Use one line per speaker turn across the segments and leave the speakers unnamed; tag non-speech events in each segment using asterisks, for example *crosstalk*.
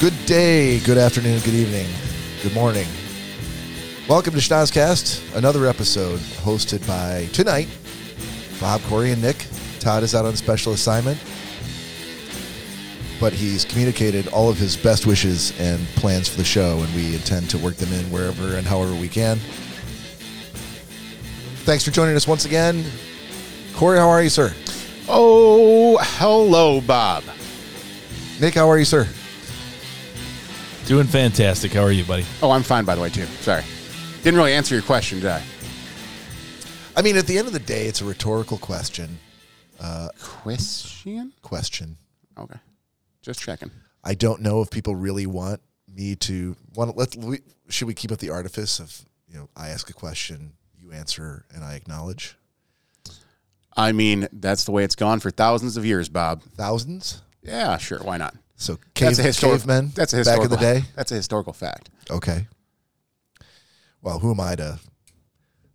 Good day, good afternoon, good evening, good morning. Welcome to Schnozcast, another episode hosted by tonight Bob, Corey, and Nick. Todd is out on special assignment, but he's communicated all of his best wishes and plans for the show, and we intend to work them in wherever and however we can. Thanks for joining us once again. Corey, how are you, sir?
Oh, hello, Bob.
Nick, how are you, sir?
Doing fantastic. How are you, buddy?
Oh, I'm fine, by the way, too. Sorry. Didn't really answer your question, did I?
I mean, at the end of the day, it's a rhetorical question.
Question?
Question.
Okay. Just checking.
I don't know if people really want me to want. Let we, should we keep up the artifice of you know I ask a question, you answer, and I acknowledge
I mean, that's the way it's gone for thousands of years, Bob.
thousands.
Yeah, sure. Why not?
So cave,
That's a historical.
cavemen.
That's a
back
historical.
in the day.
That's a historical fact.
Okay. Well, who am I to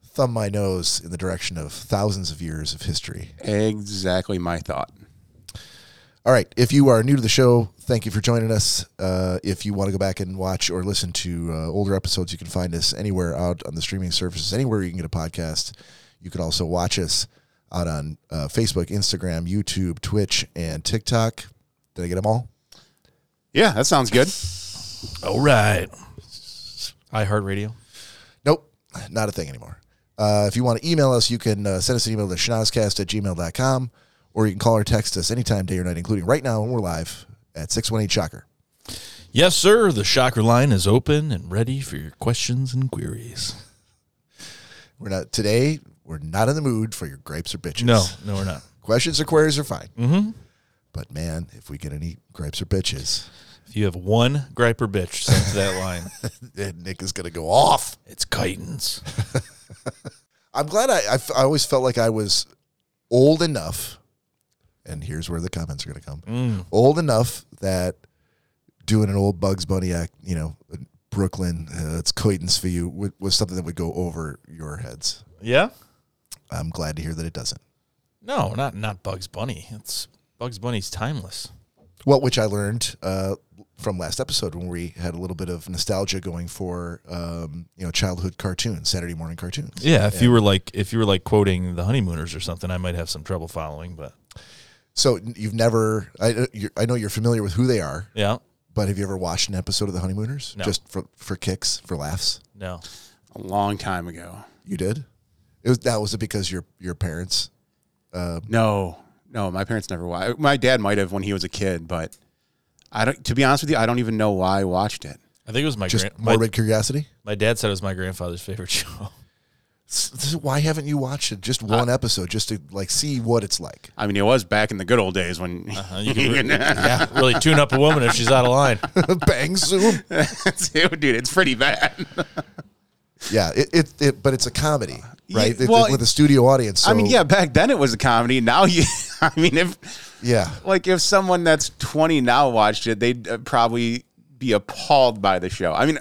thumb my nose in the direction of thousands of years of history?
Exactly my thought.
All right. If you are new to the show, thank you for joining us. Uh, if you want to go back and watch or listen to uh, older episodes, you can find us anywhere out on the streaming services, anywhere you can get a podcast. You can also watch us out on uh, Facebook, Instagram, YouTube, Twitch, and TikTok. Did I get them all?
Yeah, that sounds good.
All right. iHeartRadio.
Nope, not a thing anymore. Uh, if you want to email us, you can uh, send us an email to schnozcast at gmail.com or you can call or text us anytime, day or night, including right now when we're live at 618 Shocker.
Yes, sir. The Shocker line is open and ready for your questions and queries.
We're not today. We're not in the mood for your gripes or bitches.
No, no, we're not.
questions or queries are fine. Mm-hmm. But man, if we get any gripes or bitches, *laughs*
If you have one gripe or bitch sent to that line,
then Nick is going to go off.
*laughs* it's Chitons.
I'm glad I, I f- I always felt like I was old enough, and here's where the comments are going to come. Old enough that doing an old Bugs Bunny act, you know, Brooklyn, uh, it's coitance for you, wa- was something that would go over your heads.
Yeah?
I'm glad to hear that it doesn't.
No, not not Bugs Bunny. It's Bugs Bunny's timeless.
Well, which I learned uh, from last episode when we had a little bit of nostalgia going for um, you know childhood cartoons, Saturday morning cartoons.
Yeah, if you were like if you were like quoting the honeymooners or something, I might have some trouble following, but
So n- you've never, I, uh, you're, I know you're familiar with who they are,
yeah.
but have you ever watched an episode of The Honeymooners
No.
just for for kicks, for laughs?
No.
A long time ago.
You did. It was that was it because your your parents.
No, no, my parents never watched. My dad might have when he was a kid, but I don't. To be honest with you, I don't even know why I watched it.
I think it was my
Just
grand my,
morbid curiosity.
my dad said it was my grandfather's favorite *laughs* show.
S- s- Why haven't you watched it? Just one episode, just to like see what it's like. *laughs*
I mean, it was back in the good old days when *laughs*
Uh, you can re- yeah, really tune up a woman if she's out of line.
Bang
*laughs*
zoom.
dude, it's pretty bad.
yeah, it, it it but it's a comedy, right? It-
Uh, well,
it- with a studio audience.
I mean,
so-
yeah, back then it was a comedy. Now you, *laughs* I mean, if
yeah.
like if someone that's 20 now watched it, they'd uh, probably be appalled by the show. I mean,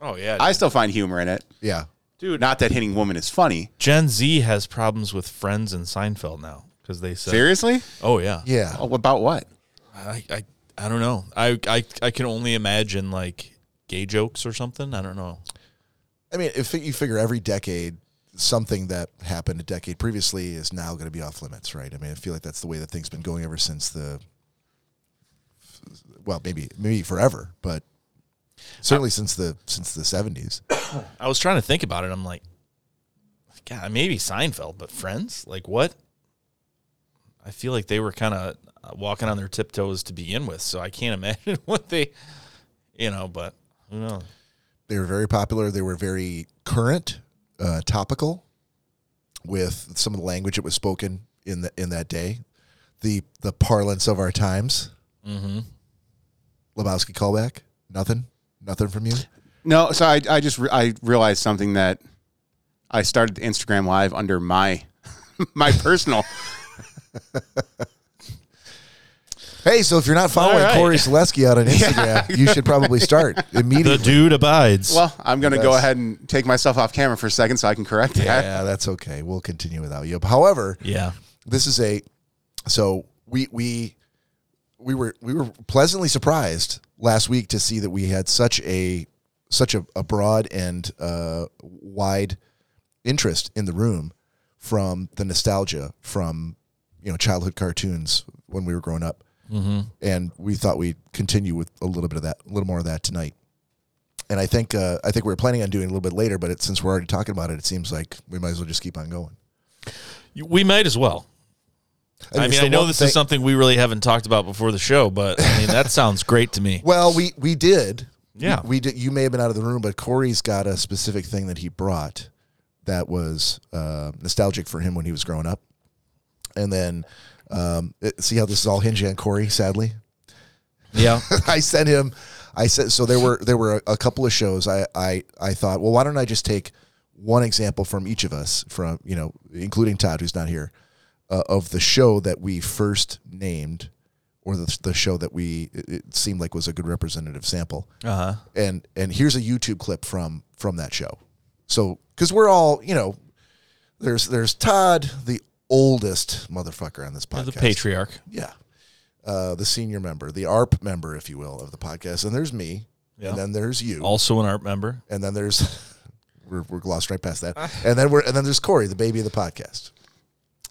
Oh yeah.
I still find humor in it.
Yeah.
Dude, not that hitting women is funny.
Gen Z has problems with Friends and Seinfeld now because they said,
Seriously?
"Oh yeah,
Yeah.
Oh, about what?
I, I, I don't know. I, I, I can only imagine like gay jokes or something. I don't know.
I mean, if you figure every decade, something that happened a decade previously is now going to be off limits, right? I mean, I feel like that's the way that things been going ever since the, well, maybe maybe forever, but certainly since the since the seventies.
I was trying to think about it. I'm like, God, maybe Seinfeld, but Friends, like what? I feel like they were kind of walking on their tiptoes to begin with, so I can't *laughs* imagine what they, you know. But who knows?
They were very popular. They were very current, uh, topical, with some of the language that was spoken in the in that day, the the parlance of our times. Mm-hmm. Lebowski callback. Nothing. Nothing from you.
No, so I, I just re- I realized something that I started Instagram live under my *laughs* my personal.
Hey, so if you're not following
All right.
Corey Selesky
*laughs*
out on Instagram, you should probably start
The
immediately.
dude
*laughs*
abides.
Well, I'm going to go
Yes.
ahead and take myself off camera for a second so I can correct that.
yeah, that's okay. We'll continue without you. However,
yeah,
this is a so we we we were we were pleasantly surprised last week to see that we had such a such a, a broad and uh, wide interest in the room from the nostalgia from you know childhood cartoons when we were growing up
Mm-hmm.
and we thought we'd continue with a little bit of that a little more of that tonight and i think uh, i think we were planning on doing it a little bit later but it, since we're already talking about it it seems like we might as well just keep on going
You- We might as well. I,
there's
mean,
the
I know
one
this
thing-
is something we really haven't talked about before the show, but I
*laughs*
mean, that sounds great to me.
Well, we we did.
Yeah.
we, we did. You may have been out of the room, but Corey's got a specific thing that he brought that was uh, nostalgic for him when he was growing up. And then, um, it- see how this is all hinging on Corey. Sadly,
Yeah.
*laughs* I sent him. I said so. There were there were a, a couple of shows. I, I I thought, well, why don't I just take one example from each of us, from you know, including Todd, who's not here, uh, of the show that we first named, or the, the show that we it, it seemed like was a good representative sample.
Uh huh.
And and here's a YouTube clip from from that show. So because we're all you know, there's there's Todd, the oldest motherfucker on this podcast,
The patriarch.
yeah. Uh, the senior member, the ARP member, if you will, of the podcast. And there's me.
Yeah.
And then there's you.
Also an art member.
and then there's *laughs* we're, we're glossed right past
Ah.
that. And then we're and then there's Corey, the baby of the podcast.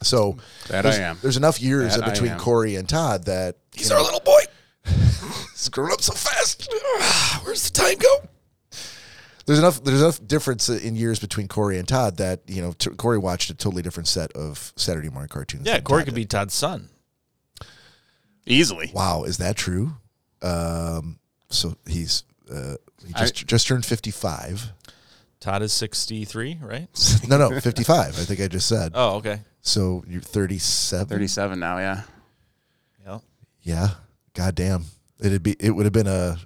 So
That I
there's,
am.
there's enough years
That
in
I
between
am.
Corey and Todd that
He's our
*laughs*
little boy.
it's grown up so fast.
*sighs* Where's the time go?
There's enough there's enough difference in years between Corey and Todd that you know t- Corey watched a totally different set of Saturday morning cartoons.
Yeah,
than
Corey
Todd
could
did.
be Todd's son.
Easily.
Wow, is that true? Um, so he's uh, he
I-
just just turned 55.
Todd is 63, right?
No,
*laughs*
no, 55. I think I just said.
Oh, okay.
So you're 37.
37 now, yeah.
Yeah.
Yeah. God damn. It'd be it would have been a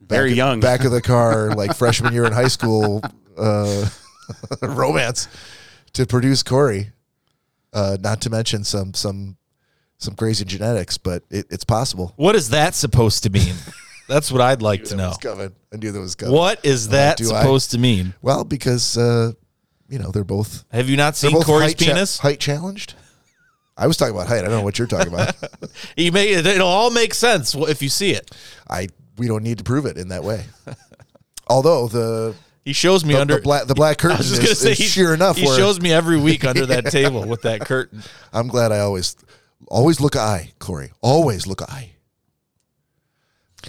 back
Very
of-
young.
back of the
*laughs*
car like freshman year in high school uh, *laughs* romance to produce Corey. Uh, not to mention some some some crazy genetics, but it, it's possible.
What is that supposed to mean? That's what
*laughs*
I'd like to
That
know.
was coming. I knew that was coming.
What is that
do I?
supposed to mean?
Well, because uh, you know they're both
Have you not
they're
seen
both
Corey's
height cha-
penis?
height challenged. I was talking about height. I don't know what you're talking
*laughs*
about.
He may, it'll all make sense if you see it.
I we don't need to prove it in that way. Although the
He shows me
the,
under.
the black the black
*laughs* I
curtain
was just gonna
is,
say
is
he,
sheer enough.
He
where
shows me every week under
*laughs*
that table with that curtain.
I'm glad I always always look eye, Corey. Always look eye.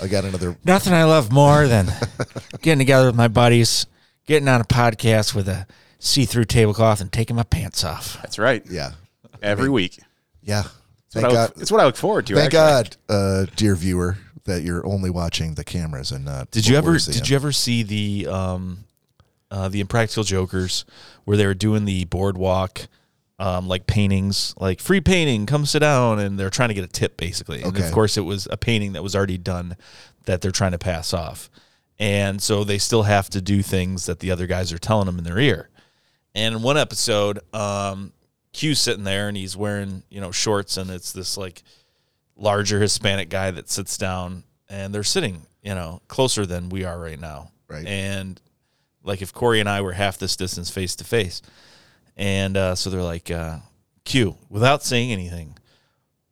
I got another.
Nothing I love more than *laughs* getting together with my buddies, getting on a podcast with a see through tablecloth, and taking my pants off.
That's right.
Yeah,
Every week.
yeah.
It's what,
Thank
I look,
God.
it's what I look forward to.
Thank
actually.
God, uh, dear viewer, that you're only watching the cameras and not.
Did you ever? Did you ever see the um, uh, the Impractical Jokers where they were doing the boardwalk, um, like paintings, like free painting, come sit down, and they're trying to get a tip basically. And
Okay.
of course, it was a painting that was already done that they're trying to pass off, and so they still have to do things that the other guys are telling them in their ear. And in one episode, um, Q's sitting there and he's wearing you know shorts, and it's this like larger Hispanic guy that sits down, and they're sitting you know closer than we are right now.
Right.
And like if Corey and I were half this distance face to face, and uh, so they're like, uh, Q, without saying anything,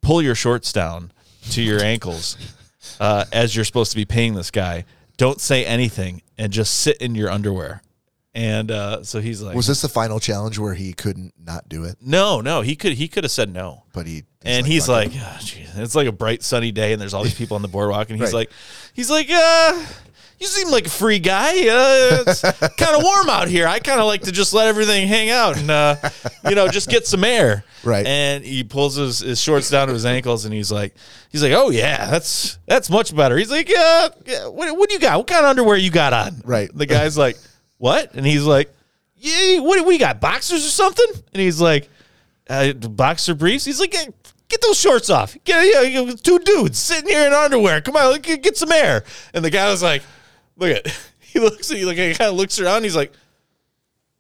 pull your shorts down to your ankles *laughs* uh, as you're supposed to be paying this guy. Don't say anything and just sit in your underwear. And uh, so he's like,
Was this the final challenge where he couldn't not do it?
no, no, he could he could have said no.
But he
and he's
fuck it.
like, "Ah, geez." it's like a bright sunny day, and there's all these people on the boardwalk, and he's
Right.
like, he's like, uh, you seem like a free guy. Uh,
*laughs*
it's kind of warm out here. I kind of like to just let everything hang out and uh, you know just get some air.
Right.
And he pulls his, his shorts down to his ankles, and he's like, he's like, oh yeah, that's that's much better. He's like, uh, yeah, what what do you got? What kind of underwear you got on?
Right.
The guy's like, what? And he's like, yeah, what do we got? Boxers or something? And he's like uh, boxer briefs. He's like, get, get those shorts off. Get you know, you- two dudes sitting here in underwear. Come on, get, get some air. And the guy was like, look at. *laughs* He looks. He like kind of looks around. He's like.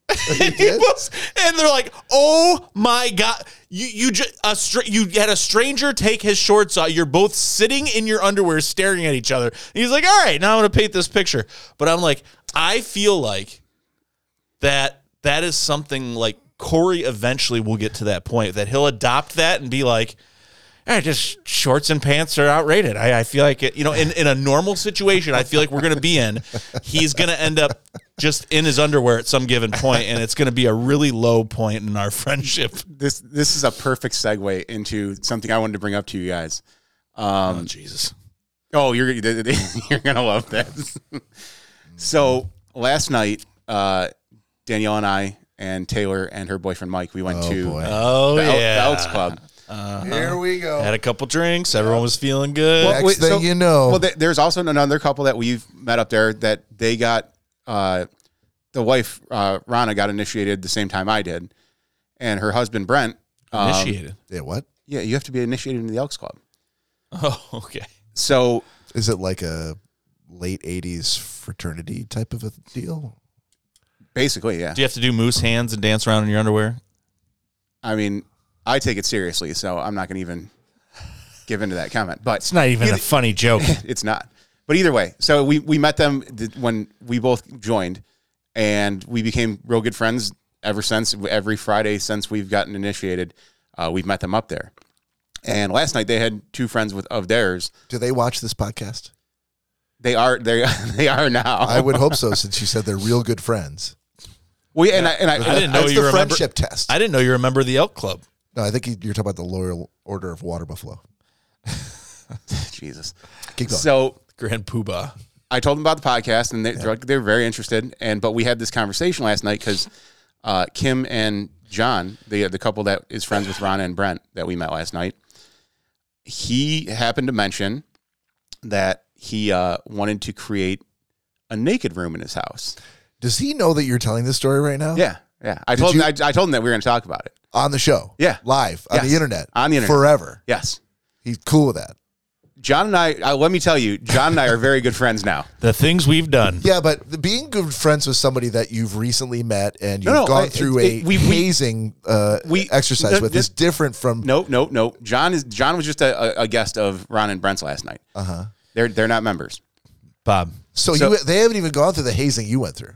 and, *laughs* he
did?
looks- and they're like, "Oh my god! You you just a str- you had a stranger take his shorts off. You're both sitting in your underwear, staring at each other." And he's like, "All right, now I'm gonna paint this picture." But I'm like, I feel like that that is something like Corey eventually will get to that point that he'll adopt that and be like, I Eh, just shorts and pants are outrated. I, I feel like it, you know, in, in a normal situation, I feel like we're going to be in. He's going to end up just in his underwear at some given point, and it's going to be a really low point in our friendship.
This this is a perfect segue into something I wanted to bring up to you guys.
*laughs* oh, Jesus.
Oh, you're *laughs* you're gonna love this. *laughs* so last night, uh, Danielle and I and Taylor and her boyfriend Mike, we went
Oh,
to uh,
boy.
Oh
the, Al- the
yeah. Uh-huh.
Elks Club.
Here we go.
Had a couple drinks. Everyone was feeling good.
Next thing you know.
well, th- there's also another couple that we've met up there that they got uh, the wife uh, Rana got initiated the same time I did, and her husband Brent um,
Initiated.
yeah, what?
Yeah, you have to be initiated into the Elks Club.
*laughs* Oh, okay.
So
Is it like a late 80s fraternity type of a deal?
basically, yeah.
Do you have to do moose hands and dance around in your underwear?
I mean, I take it seriously, so I'm not going to even give into that comment. But
It's not even a funny joke.
it's not. But either way, so we we met them th- when we both joined, and we became real good friends ever since. Every Friday since we've gotten initiated, uh, we've met them up there. And last night they had two friends with of theirs.
Do they watch this podcast?
They are they *laughs* they are now.
I would hope so, since you said they're real good friends.
well, yeah, and I, and I,
I didn't know
That's
you
the
remember.
friendship test.
*laughs* I didn't know you remember the elk club.
no, I think you- you're talking about the Loyal Order of Water Buffalo.
Jesus.
Keep going.
So
Grand Poobah.
I told them about the podcast, and they, they're like, they're very interested. And but we had this conversation last night because uh, Kim and John, the the couple that is friends with Rana and Brent that we met last night, he happened to mention that he uh, wanted to create a naked room in his house.
Does he know that you're telling this story right now?
Yeah, yeah. I told
you-
him, I, I told him that we were going to talk about it.
On the show?
Yeah.
Live on
Yes.
the internet?
On the internet.
Forever.
Yes,
He's cool with that.
John and I. Uh, let me tell you, John and I are very good friends now. *laughs*
The things we've done.
Yeah, but the, being good friends with somebody that you've recently met and you've
No, no,
gone
I-
through
it-
a
it- we- we-
hazing uh,
We-
exercise
no,
with
this-
is different from.
No, no, no. John is John was just a, a, a guest of Ron and Brent's last night. Uh huh. They're they're not members.
Bob.
so
so-
you, they haven't even gone through the hazing you went through.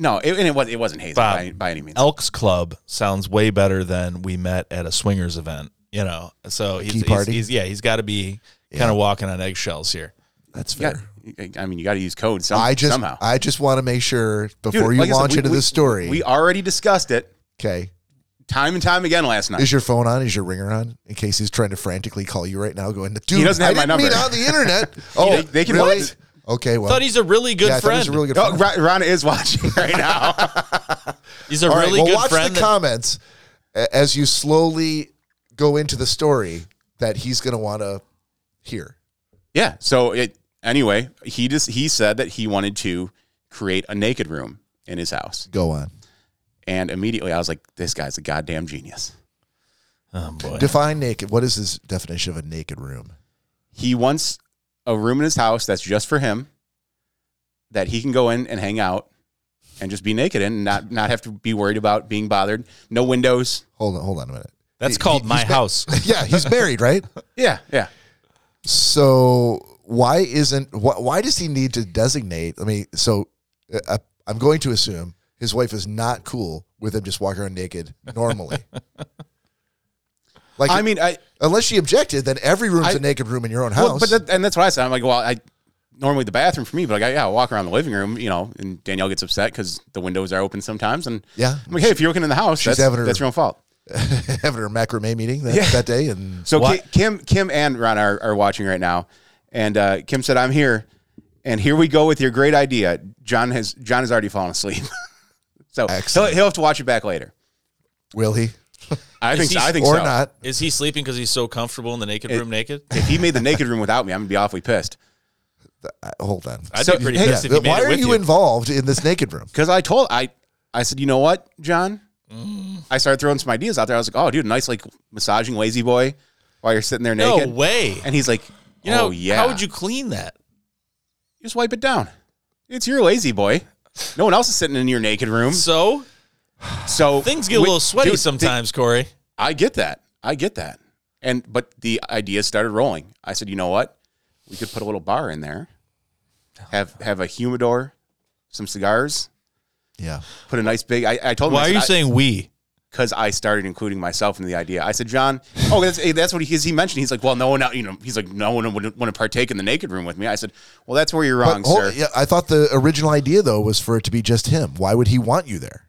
No, it, and it was it wasn't hazing
Bob.
by, by any means.
Elks Club sounds way better than we met at a swingers event, you know. So he's,
Key
he's-
party?
he's- yeah, he's got to be kind of walking on eggshells here.
That's fair.
Yeah, I mean, you got to use code some,
I just
somehow.
I just want to make sure
Dude,
before you
like I said,
launch
we-
into
we-
this story.
we already discussed it
okay.
time and time again last night.
Is your phone on? Is your ringer on? In case he's trying to frantically call you right now, going, dude,
doesn't
I
have my
didn't mean
number."
on the
*laughs*
internet. Oh,
They- they can-
really?
what?
Okay, well,
Thought he's a really good
yeah, I thought he
friend.
was a really good
Oh,
friend.
Ron, Ron is *laughs* watching right now. *laughs*
he's a
All right,
really
well,
good
watch
friend.
the
that-
comments a- as you slowly go into the story that he's going to want to hear.
yeah. So it anyway, he just he said that he wanted to create a naked room in his house,
Go on.
and immediately I was like, this guy's a goddamn genius.
oh boy.
Define naked. What is his definition of a naked room?
He wants a room in his house that's just for him, that he can go in and hang out. And just be naked and not not have to be worried about being bothered. No windows.
Hold on, hold on a minute. *laughs*
That's
He-
called
he-
my
he's ma-
house. *laughs*
yeah, he's married, right?
Yeah, yeah.
So why isn't why, why does he need to designate? I mean, so uh, uh, I'm going to assume his wife is not cool with him just walking around naked
*laughs*
normally. like,
I mean, I
unless she objected, then every room's a
I-
naked room in your own
Well,
house.
but that, and that's what I said. I'm like, well, I normally the bathroom for me, but like, I, yeah, I walk around the living room, you know, and Danielle gets upset because the windows are open sometimes, and
Yeah.
I'm like, hey, if you're looking in the house,
She's
that's,
having her-
that's your own fault.
*laughs* having her macrame meeting that, that day, and
So Ki-
What?
Kim, Kim and Ron are, are watching right now, and uh, Kim said, "I'm here, and here we go with your great idea." John has John has already fallen asleep, *laughs* so he'll,
Excellent.
he'll have to watch it back later.
will he
I think
he
so. I think
or
so.
not?
Is he sleeping because he's so comfortable in the naked room naked?
If he made the naked room without me, I'm gonna be awfully pissed
I- hold on.
I'd
so-
be pretty
hey,
pissed if he made
Why
it
are
with
you involved in this naked
*laughs*
room?
because I told I I said, you know what, John,
Mm.
I started throwing some ideas out there. I was like, oh, dude, nice like massaging lazy boy while you're sitting there
no
naked.
way.
And he's like,
You know,
oh yeah.
how would you clean that?
just wipe it down? It's your lazy boy. No one else is sitting in your naked room,
So
so
things get a
we-
little sweaty
dude, thi-
sometimes, Corey.
I get that. I get that. And but the ideas started rolling. I said, you know what? We could put a little bar in there. Have have a humidor, some cigars.
Yeah.
Put a nice big. I, I told him. I
Why are
said,
you
I-
saying we?
because I started including myself in the idea. I said, John, oh, that's, eh, that's what he, 'cause he mentioned. He's like, well, no one, out- you know, he's like, no one would want to partake in the naked room with me. I said, well, that's where you're wrong,
But hold-
sir.
yeah, I thought the original idea though was for it to be just him. Why would he want you there?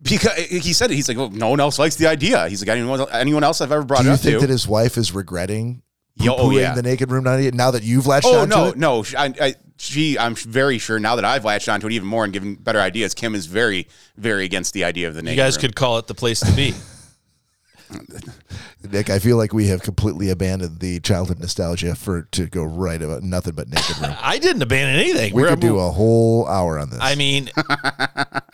Because he said it. He's like, well, no one else likes the idea. He's like, anyone, anyone else I've ever brought
Do
it
you
up
think
to.
that his wife is regretting
Yo- oh,
poo-pooing
yeah.
the naked room idea now that you've latched
Oh
onto
no,
it?
no. She, I, I, she, I'm very sure now that I've latched onto it even more and given better ideas. Kim is very, very against the idea of the naked.
You guys
room.
could call it the place to be.
Nick, I feel like we have completely abandoned the childhood nostalgia for to go right about nothing but naked room.
*laughs* I didn't abandon anything.
We
We're-
could do a whole hour on this.
I mean,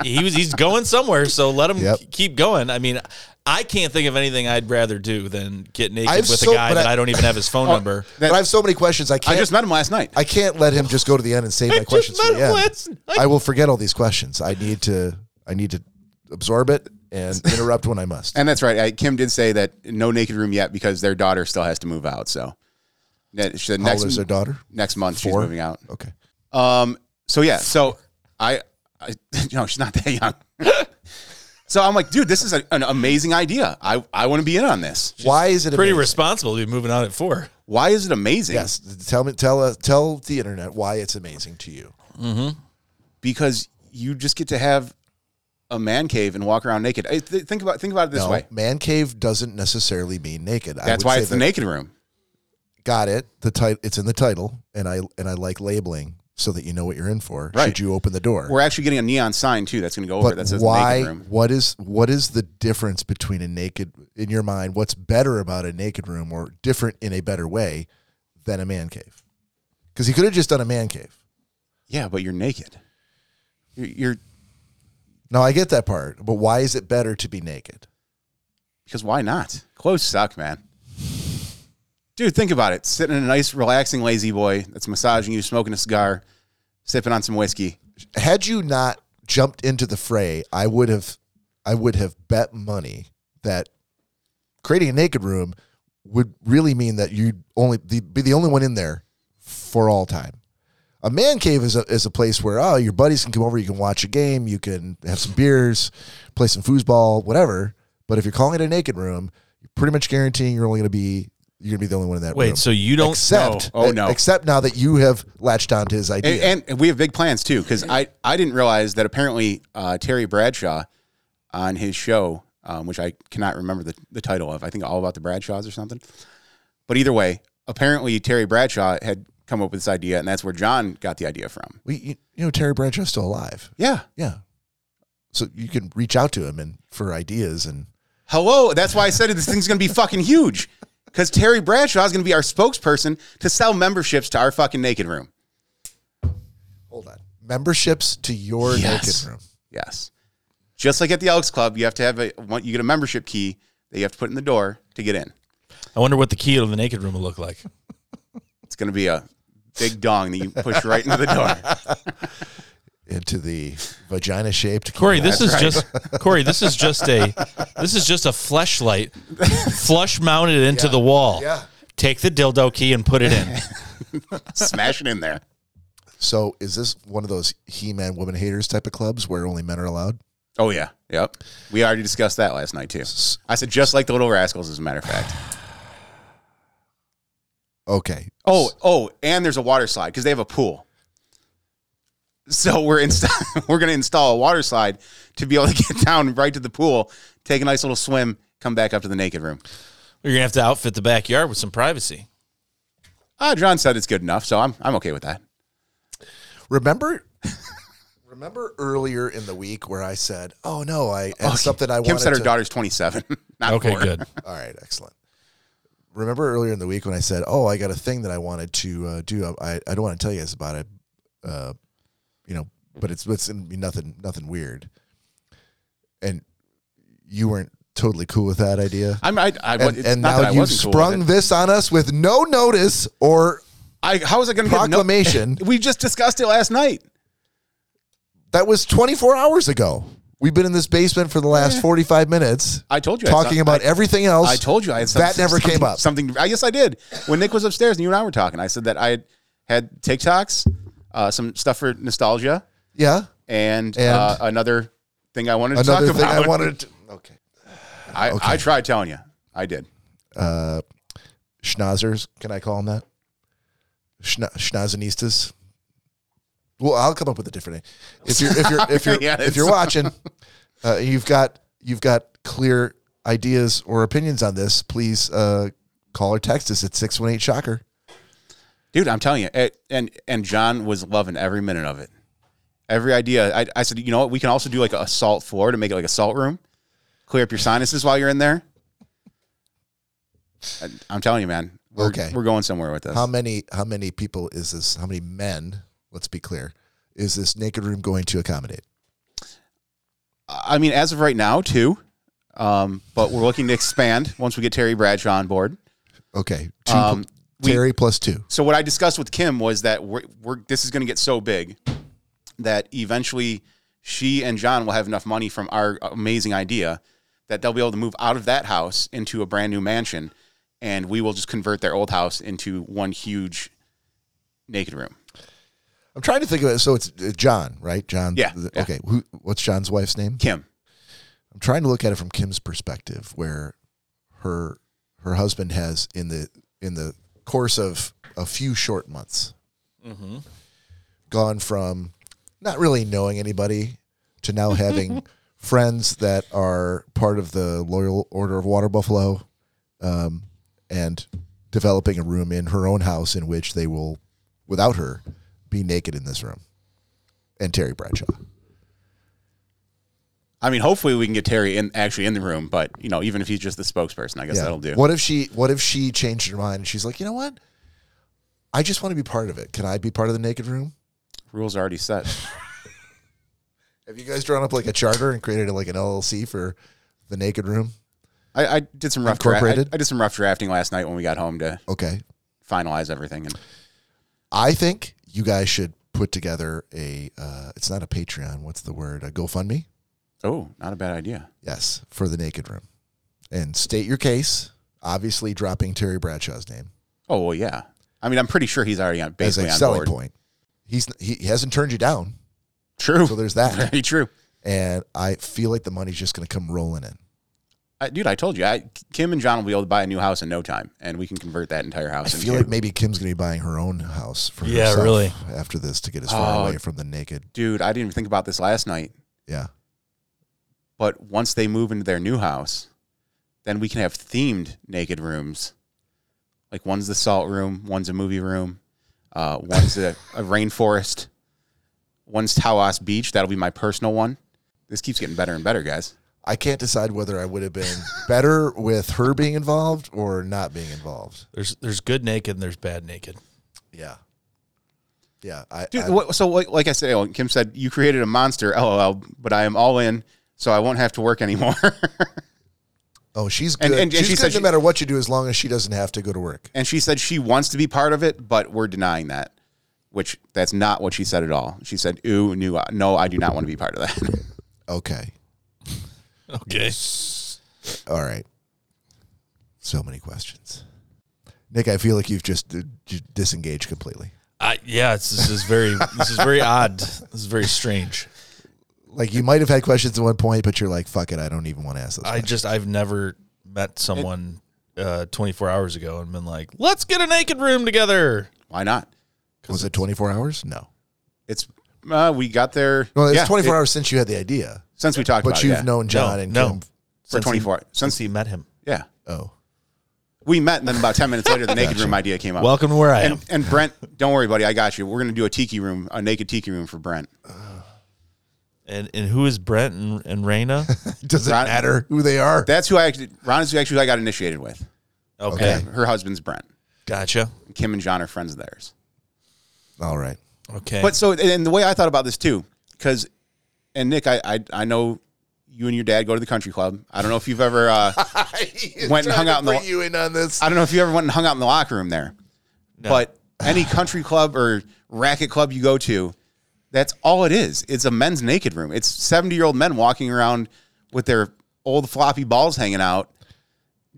he was he's going somewhere, so let him
Yep.
keep going. I mean, I can't think of anything I'd rather do than get naked
I've
with
so-
a guy
but
that
I- Oh,
I, don't even have
*laughs*
his phone number.
but I have so many questions. I
I
can't. I,
just met him last night.
can't let him just go to the end and save my
just
questions for the
met him
end.
last night.
I will forget all these questions. I need to. I need to absorb it and interrupt when I must.
and that's right. I, Kim did say that no naked room yet because their daughter still has to move out. So that she said
How old
next
is their daughter?
next month
Four?
she's moving out.
Okay.
Um. So yeah. So I, I *laughs* no, she's not that young. *laughs* so I'm like, dude, this is a, an amazing idea. I I want to be in on this.
Why is it
Pretty
amazing?
responsible to be moving out at four.
Why is it amazing?
Yes. Tell me. Tell us. Tell the internet why it's amazing to you.
because you just get to have a man cave and walk around naked. I, th- think about think about it this
no,
way.
man cave doesn't necessarily mean naked. I
That's
would
why
say
it's the
that-
naked room.
Got it. The title. It's in the title, and I and I like labeling so that you know what you're in for.
Right.
Should you open the door?
We're actually getting a neon sign too that's going to go over it
but
that says
why?
naked room.
What is what is the difference between a naked in your mind? What's better about a naked room, or different in a better way than a man cave? Because he could have just done a man cave.
Yeah, but you're naked. You're, you're
No, I get that part, but why is it better to be naked?
because why not? Clothes suck, man. Dude, think about it. Sitting in a nice, relaxing lazy boy that's massaging you, smoking a cigar, sipping on some whiskey.
Had you not jumped into the fray, I would have, I would have bet money that creating a naked room would really mean that you'd only the- be the only one in there for all time. A man cave is a is a place where oh your buddies can come over, you can watch a game, you can have some beers, play some foosball, whatever. But if you're calling it a naked room, you're pretty much guaranteeing you're only going to be you're going to be the only one in that room.
Wait, so you don't
except
No. Oh, no.
except now that you have latched onto his idea.
And, and we have big plans too, because I, I didn't realize that apparently uh, Terry Bradshaw on his show, um, which I cannot remember the, the title of, I think All About the Bradshaws or something. But either way, apparently Terry Bradshaw had come up with this idea, and that's where John got the idea from.
we, you, you know, Terry Bradshaw's still alive.
Yeah.
Yeah, so you can reach out to him and for ideas and
Hello. That's why I said this thing's going to be fucking huge, because Terry Bradshaw is going to be our spokesperson to sell memberships to our fucking naked room.
hold on memberships to your
Yes.
naked room.
Yes. Just like at the Elks Club, you have to have a one- you get a membership key that you have to put in the door to get in.
I wonder what the key to the naked room will look like.
It's going to be a big dong that you push right into the
*laughs*
door.
Into uh, the vagina shaped.
Corey, this is just Corey. This is just a this is just a fleshlight flush mounted into the wall.
Yeah.
Take the dildo key and put
*laughs*
it in.
Smash it in there.
So is this one of those he man woman haters type of clubs where only men are allowed?
Oh yeah. Yep. We already discussed that last night too. I said just like the Little Rascals as a matter of fact.
*sighs* Okay.
Oh, oh, and there's a water slide cuz they have a pool. So we're inst- *laughs* we're going to install a water slide to be able to get down right to the pool, take a nice little swim, come back up to the naked room.
You're gonna have to outfit the backyard with some privacy.
Ah, John said it's good enough, so I'm I'm okay with that.
remember, *laughs* remember earlier in the week where I said, "Oh no, I had something I
Kim
wanted
said her
to."
daughter's 27. *laughs* Not
Okay,
four.
good.
All right, excellent. Remember earlier in the week when I said, "Oh, I got a thing that I wanted to uh, do. I, I don't want to tell you guys about it, uh, you know, but it's it's gonna be nothing nothing weird." And you weren't totally cool with that idea,
I'm, I, I,
and,
it's
and
not that
now
I
you've
wasn't cool with
sprung
it.
this on us with no notice
*laughs*
or
I, how was I going to *laughs*
proclamation.
we just discussed it last night.
that was 24 hours ago. We've been in this basement for the last 45 minutes.
I told you I had
talking
some-
about
I-
everything else.
I told you I had some,
that never came
something-
up.
Something I guess I did when Nick was upstairs and you and I were talking. I said that I had had TikToks, uh, some stuff for nostalgia,
yeah,
and,
And?
uh, another thing I wanted to
another
talk
thing
about.
I wanted. To, okay.
I, I tried telling you. I did.
uh, schnauzers. Can I call them that? Schna- schnauzenistas. Well, I'll come up with a different name. If you're if you're
*laughs*
if you're
Yeah,
if you're
it's- *laughs*
watching, uh, you've got you've got clear ideas or opinions on this. Please uh, call or text us at six one eight shocker.
Dude, I'm telling you, it, and and John was loving every minute of it. Every idea, I, I said, you know what? We can also do like a salt floor to make it like a salt room. Clear up your sinuses while you're in there. I, am telling you, man. We're,
Okay.
we're going somewhere with this.
How many how many people is this? How many men? Let's be clear. Is this naked room going to accommodate?
I mean, as of right now, two. Um, but we're looking to expand once we get Terry Bradshaw on board.
Okay, two pl-
Um, we-
Terry plus two.
So what I discussed with Kim was that we're, we're this is going to get so big that eventually she and John will have enough money from our amazing idea that they'll be able to move out of that house into a brand new mansion, and we will just convert their old house into one huge naked room.
I'm trying to think of it. So it's uh, John, right? John.
Yeah, yeah.
Okay. Who, what's John's wife's name?
Kim,
I'm trying to look at it from Kim's perspective, where her her husband has in the in the course of a few short months gone from not really knowing anybody to now having friends that are part of the Loyal Order of Water Buffalo, um, and developing a room in her own house in which they will, without her, be naked in this room, and Terry Bradshaw.
I mean, hopefully we can get Terry in actually in the room, but you know, even if he's just the spokesperson, I guess that'll do.
What if she what if she changed her mind and she's like, you know what? I just want to be part of it. Can I be part of the naked room?
Rules are already set.
Have you guys drawn up like a charter and created like an LLC for the naked room?
I, I did some rough dra- I,
Incorporated?
I did some rough drafting last night when we got home to
Okay.
finalize everything, and
I think you guys should put together a uh, it's not a Patreon, what's the word? A GoFundMe?
oh, not a bad idea.
Yes, for the naked room. And state your case, obviously dropping Terry Bradshaw's name
Oh well, yeah. I mean, I'm pretty sure he's already on
as
basically
a
on
selling
board.
point. He's he hasn't turned you down,
True,
so there's that.
*laughs* very true.
and I feel like the money's just going to come rolling in.
I, dude, I told you, I, Kim and John will be able to buy a new house in no time, and we can convert that entire
I
house.
feel like maybe Kim's gonna be buying her own house for
Yeah,
herself
really.
after this to get as far
Oh.
away from the naked.
dude, I didn't even think about this last night,
Yeah,
but once they move into their new house, then we can have themed naked rooms. Like one's the salt room, one's a movie room, uh, one's a, a rainforest, one's Taos Beach. That'll be my personal one. This keeps getting better and better, guys.
I can't decide whether I would have been *laughs* better with her being involved or not being involved.
There's there's good naked and there's bad naked.
Yeah, yeah. I,
Dude,
I-
what, so like, like I said, oh, Kim said you created a monster. LOL, but I am all in, so I won't have to work anymore. *laughs*
oh, she's good.
and- and
she's
she
good
said
no
she-
matter what you do, as long as she doesn't have to go to work.
and she said she wants to be part of it, but we're denying that, which that's not what she said at all. She said, "Ooh, new, no, I do not want to be part of that." *laughs*
Okay,
Okay.
all right. So many questions, Nick. I feel like you've just uh, j- disengaged completely.
I, yeah, it's, this is very this is very odd. This is very strange.
Like you might have had questions at one point, but you're like, "Fuck it, I don't even want to ask those."
I just I've never met someone uh, 24 hours ago and been like, "Let's get a naked room together."
Why not?
Was it 24 hours? No.
It's uh, we got there.
Well, it's
yeah,
24
it-
hours since you had the idea,
since we talked
but
about
you've
it. yeah.
known John
No,
and
no.
Kim.
for
Since he-
24
since
since
he met him.
yeah,
Oh, *laughs*
we met, and then about 10 minutes later, the naked room idea came up.
Welcome to where I am.
and, and Brent, don't worry, buddy, I got you. We're gonna do a tiki room, a naked tiki room for Brent.
And and who is Brent and, and *laughs* Raina?
does it
Ron-
matter who they are?
That's who I actually, Ron is actually who I got initiated with.
Okay.
Okay.
Her husband's Brent.
Gotcha.
Kim and John are friends of theirs.
All
*laughs*
right.
Okay.
But so, and the way I thought about this too, because, and Nick, I, I I know you and your dad go to the country club. I don't know if you've ever, uh, Went and hung out in the-
Bring you in on this.
I don't know if you ever went and hung out in the locker room there, but any country club or racket club you go to, that's all it is. It's a men's naked room. It's seventy year old men walking around with their old floppy balls hanging out,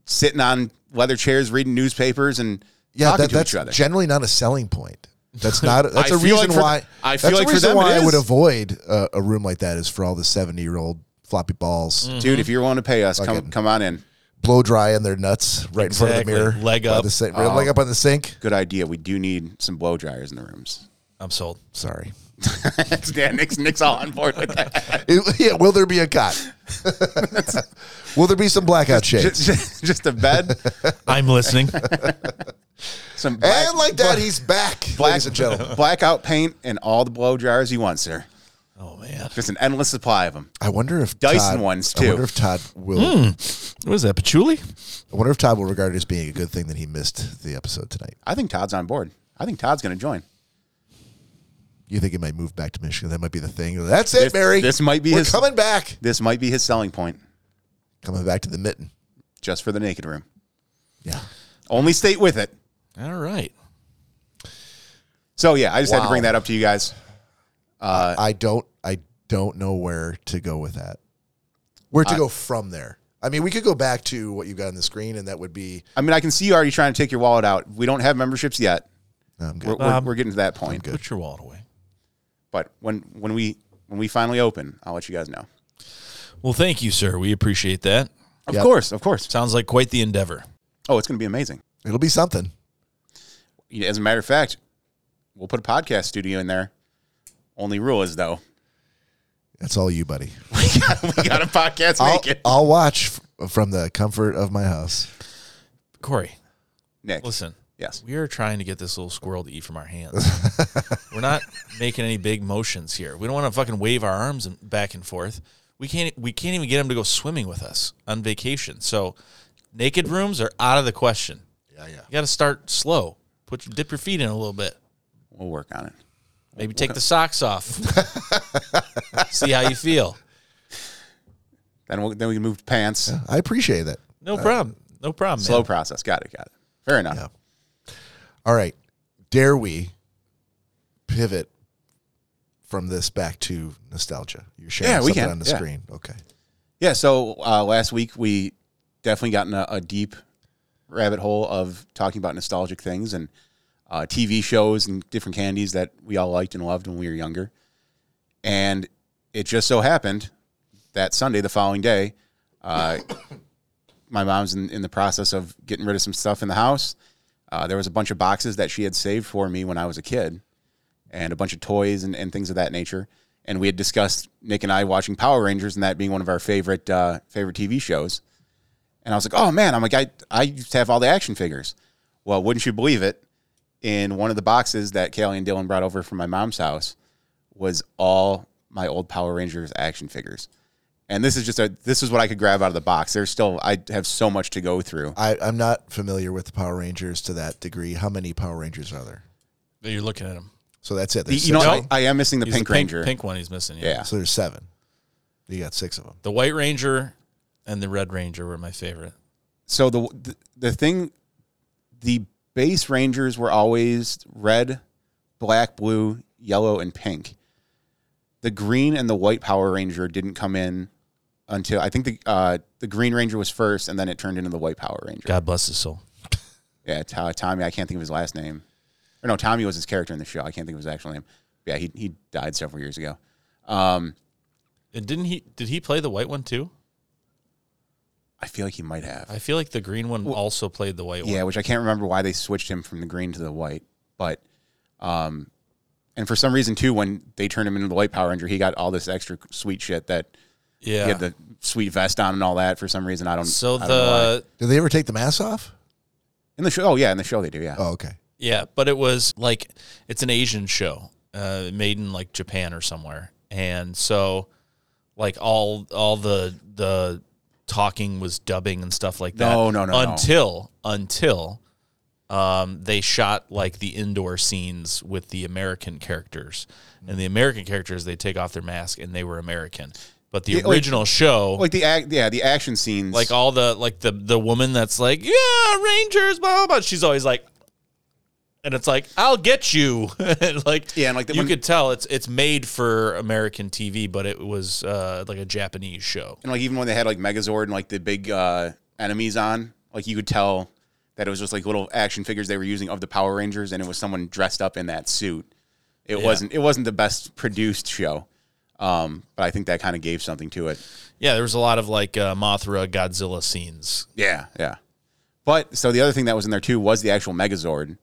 sitting on leather chairs, reading newspapers, and
yeah,
talking
that,
to
that's
each other.
generally not a selling point.
*laughs*
That's not. That's
I
a
feel
reason
like for-
why.
I feel
that's
like
a
for
reason
them
why
it
I would
is.
avoid uh, a room like that is for all the seventy year old floppy balls,
Dude, if you're willing to pay us, come
Mm-hmm. Fucking-
come on in.
blow dry in their nuts right in front of
Exactly.
the mirror.
Leg
by
up.
The sink,
Oh.
right, leg up on the sink.
Good idea. We do need some blow dryers in the rooms. *laughs*
I'm sold.
Sorry.
yeah, Nick's Nick's all on board with that.
*laughs* It- yeah, will there be a cot? *laughs* will there be some blackout shades?
*laughs* just, just, just a bed,
I'm *laughs* listening.
some black,
And like that, he's back,
black-
ladies and gentlemen.
*laughs* blackout paint, and all the blow dryers you want, sir.
oh man,
Just an endless supply of them.
I wonder if
Dyson
Todd,
ones,
I
too.
wonder if Todd will.
what is that? Patchouli?
I wonder if Todd will regard it as being a good thing that he missed the episode tonight.
I think Todd's on board. I think Todd's going to join.
You think he might move back to Michigan? That might be the thing. That's it,
This-
Barry.
this might be
We're
his-
coming back.
This might be his selling point,
Coming back to the mitten.
just for the naked room.
Yeah.
Only state with it.
All right.
So yeah, I just had to
Wow.
bring that up to you guys.
I don't I don't know where to go with that. Where to go from there. I mean, we could go back to what you've got on the screen, and that would be
I mean, I can see you already trying to take your wallet out. We don't have memberships yet.
no, I'm good.
We're, we're,
Bob.
we're getting to that point.
Put your wallet away.
But when when we when we finally open, I'll let you guys know.
Well, thank you, sir. We appreciate that.
Of
Yep.
course, of course.
Sounds like quite the endeavor.
Oh, it's going to be amazing.
It'll be something.
As a matter of fact, we'll put a podcast studio in there. Only rule is though, *laughs*
That's all you, buddy.
we got, we got a podcast
I'll,
naked.
I'll watch f- from the comfort of my house.
Corey,
Nick,
listen.
yes,
We are trying to get this little squirrel to eat from
*laughs*
our hands. We're not making any big motions here. We don't want to fucking wave our arms and back and forth. We can't. We can't even get him to go swimming with us on vacation. So, naked rooms are out of the question.
Yeah, yeah.
You got to start slow. Put your, dip your feet in a little bit.
we'll work on it.
Maybe take the socks off.
*laughs*
See how you feel.
Then we'll, then we can move to pants.
I appreciate that.
No problem. No problem.
Uh, Slow
man.
process. Got it. Got it. Fair enough.
Yeah. All right. Dare we pivot from this back to nostalgia? You're sharing
Yeah, we
something
can.
on the
Yeah.
screen. Okay.
Yeah, so uh, last week we definitely got in a, a deep rabbit hole of talking about nostalgic things and uh, TV shows and different candies that we all liked and loved when we were younger. And it just so happened that Sunday, the following day, uh, *coughs* my mom's in, in the process of getting rid of some stuff in the house. Uh, there was a bunch of boxes that she had saved for me when I was a kid and a bunch of toys and, and things of that nature. And we had discussed Nick and I watching Power Rangers and that being one of our favorite uh, favorite TV shows. And I was like, oh man, I'm like, I, I used to have all the action figures. Well, wouldn't you believe it? In one of the boxes that Kelly and Dylan brought over from my mom's house was all my old Power Rangers action figures. And this is just a this is what I could grab out of the box. There's still I have so much to go through.
I, I'm not familiar with the Power Rangers to that degree. How many Power Rangers are there?
But You're looking at him.
So that's it. There's
You know,
six of
I,
them?
I am missing the
He's
Pink
the
Ranger.
Pink one he's missing. Yeah.
Yeah.
So there's seven. You got six of them.
The White Ranger and the Red Ranger were my favorite.
so the, the the thing the base rangers were always red black blue yellow and pink the green and the white power ranger didn't come in until i think the uh, the green ranger was first and then it turned into the white power ranger
God bless his soul.
yeah to- tommy i can't think of his last name or no tommy was his character in the show i can't think of his actual name yeah he, he died several years ago um,
And didn't he? Did he play the white one too?
i feel like he might have
I feel like the green one also played the white one.
Yeah, which I can't remember why they switched him from the green to the white, but um, and for some reason too, when they turned him into the white Power Ranger, he got all this extra sweet shit that
Yeah.
he had the sweet vest on and all that. For some reason, I don't.
so
I don't know why.
the
Did they ever take the mask off?
in the show, oh yeah, in the show they do, yeah.
Oh, okay.
yeah, but it was like it's an Asian show, uh, made in like Japan or somewhere, and so like all all the the talking was dubbing and stuff like that.
No, no, no, no.
Until until um, they shot like the indoor scenes with the American characters, and the American characters they take off their mask and they were American, but the
Yeah, like-
original show
Like the act, yeah, the action scenes,
like all the like the the woman that's like yeah rangers blah blah, blah. she's always like and it's like i'll get you *laughs* and like
Yeah, and, like, the-
you
when-
could tell it's it's made for american tv but it was uh like a japanese show
and like even when they had like Megazord and like the big uh, enemies on, like you could tell that it was just like little action figures they were using of the Power Rangers, and it was someone dressed up in that suit. It wasn't. It wasn't the best produced show. Um, but I think that kind of gave something to it.
Yeah, there was a lot of like uh, Mothra, Godzilla scenes.
Yeah, yeah. But so the other thing that was in there too was the actual Megazord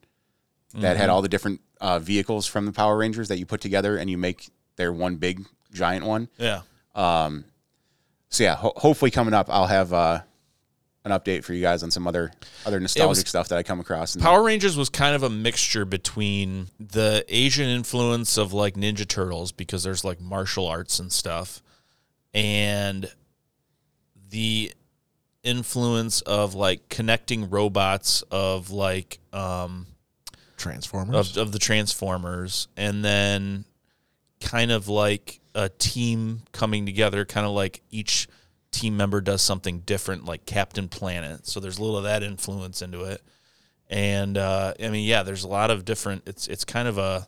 that had all the different uh, vehicles from the Power Rangers that you put together and you make their one big giant one.
Yeah,
Um, So yeah, ho- hopefully coming up, I'll have uh, an update for you guys on some other other nostalgic stuff that I come across. And
Power Rangers was kind of a mixture between the Asian influence of like Ninja Turtles because there's like martial arts and stuff, and the influence of like connecting robots of like um,
Transformers.
of, of the Transformers, and then kind of like a team coming together, kind of like each team member does something different, like Captain Planet. So there's a little of that influence into it, and uh, I mean, yeah, there's a lot of different. It's it's kind of a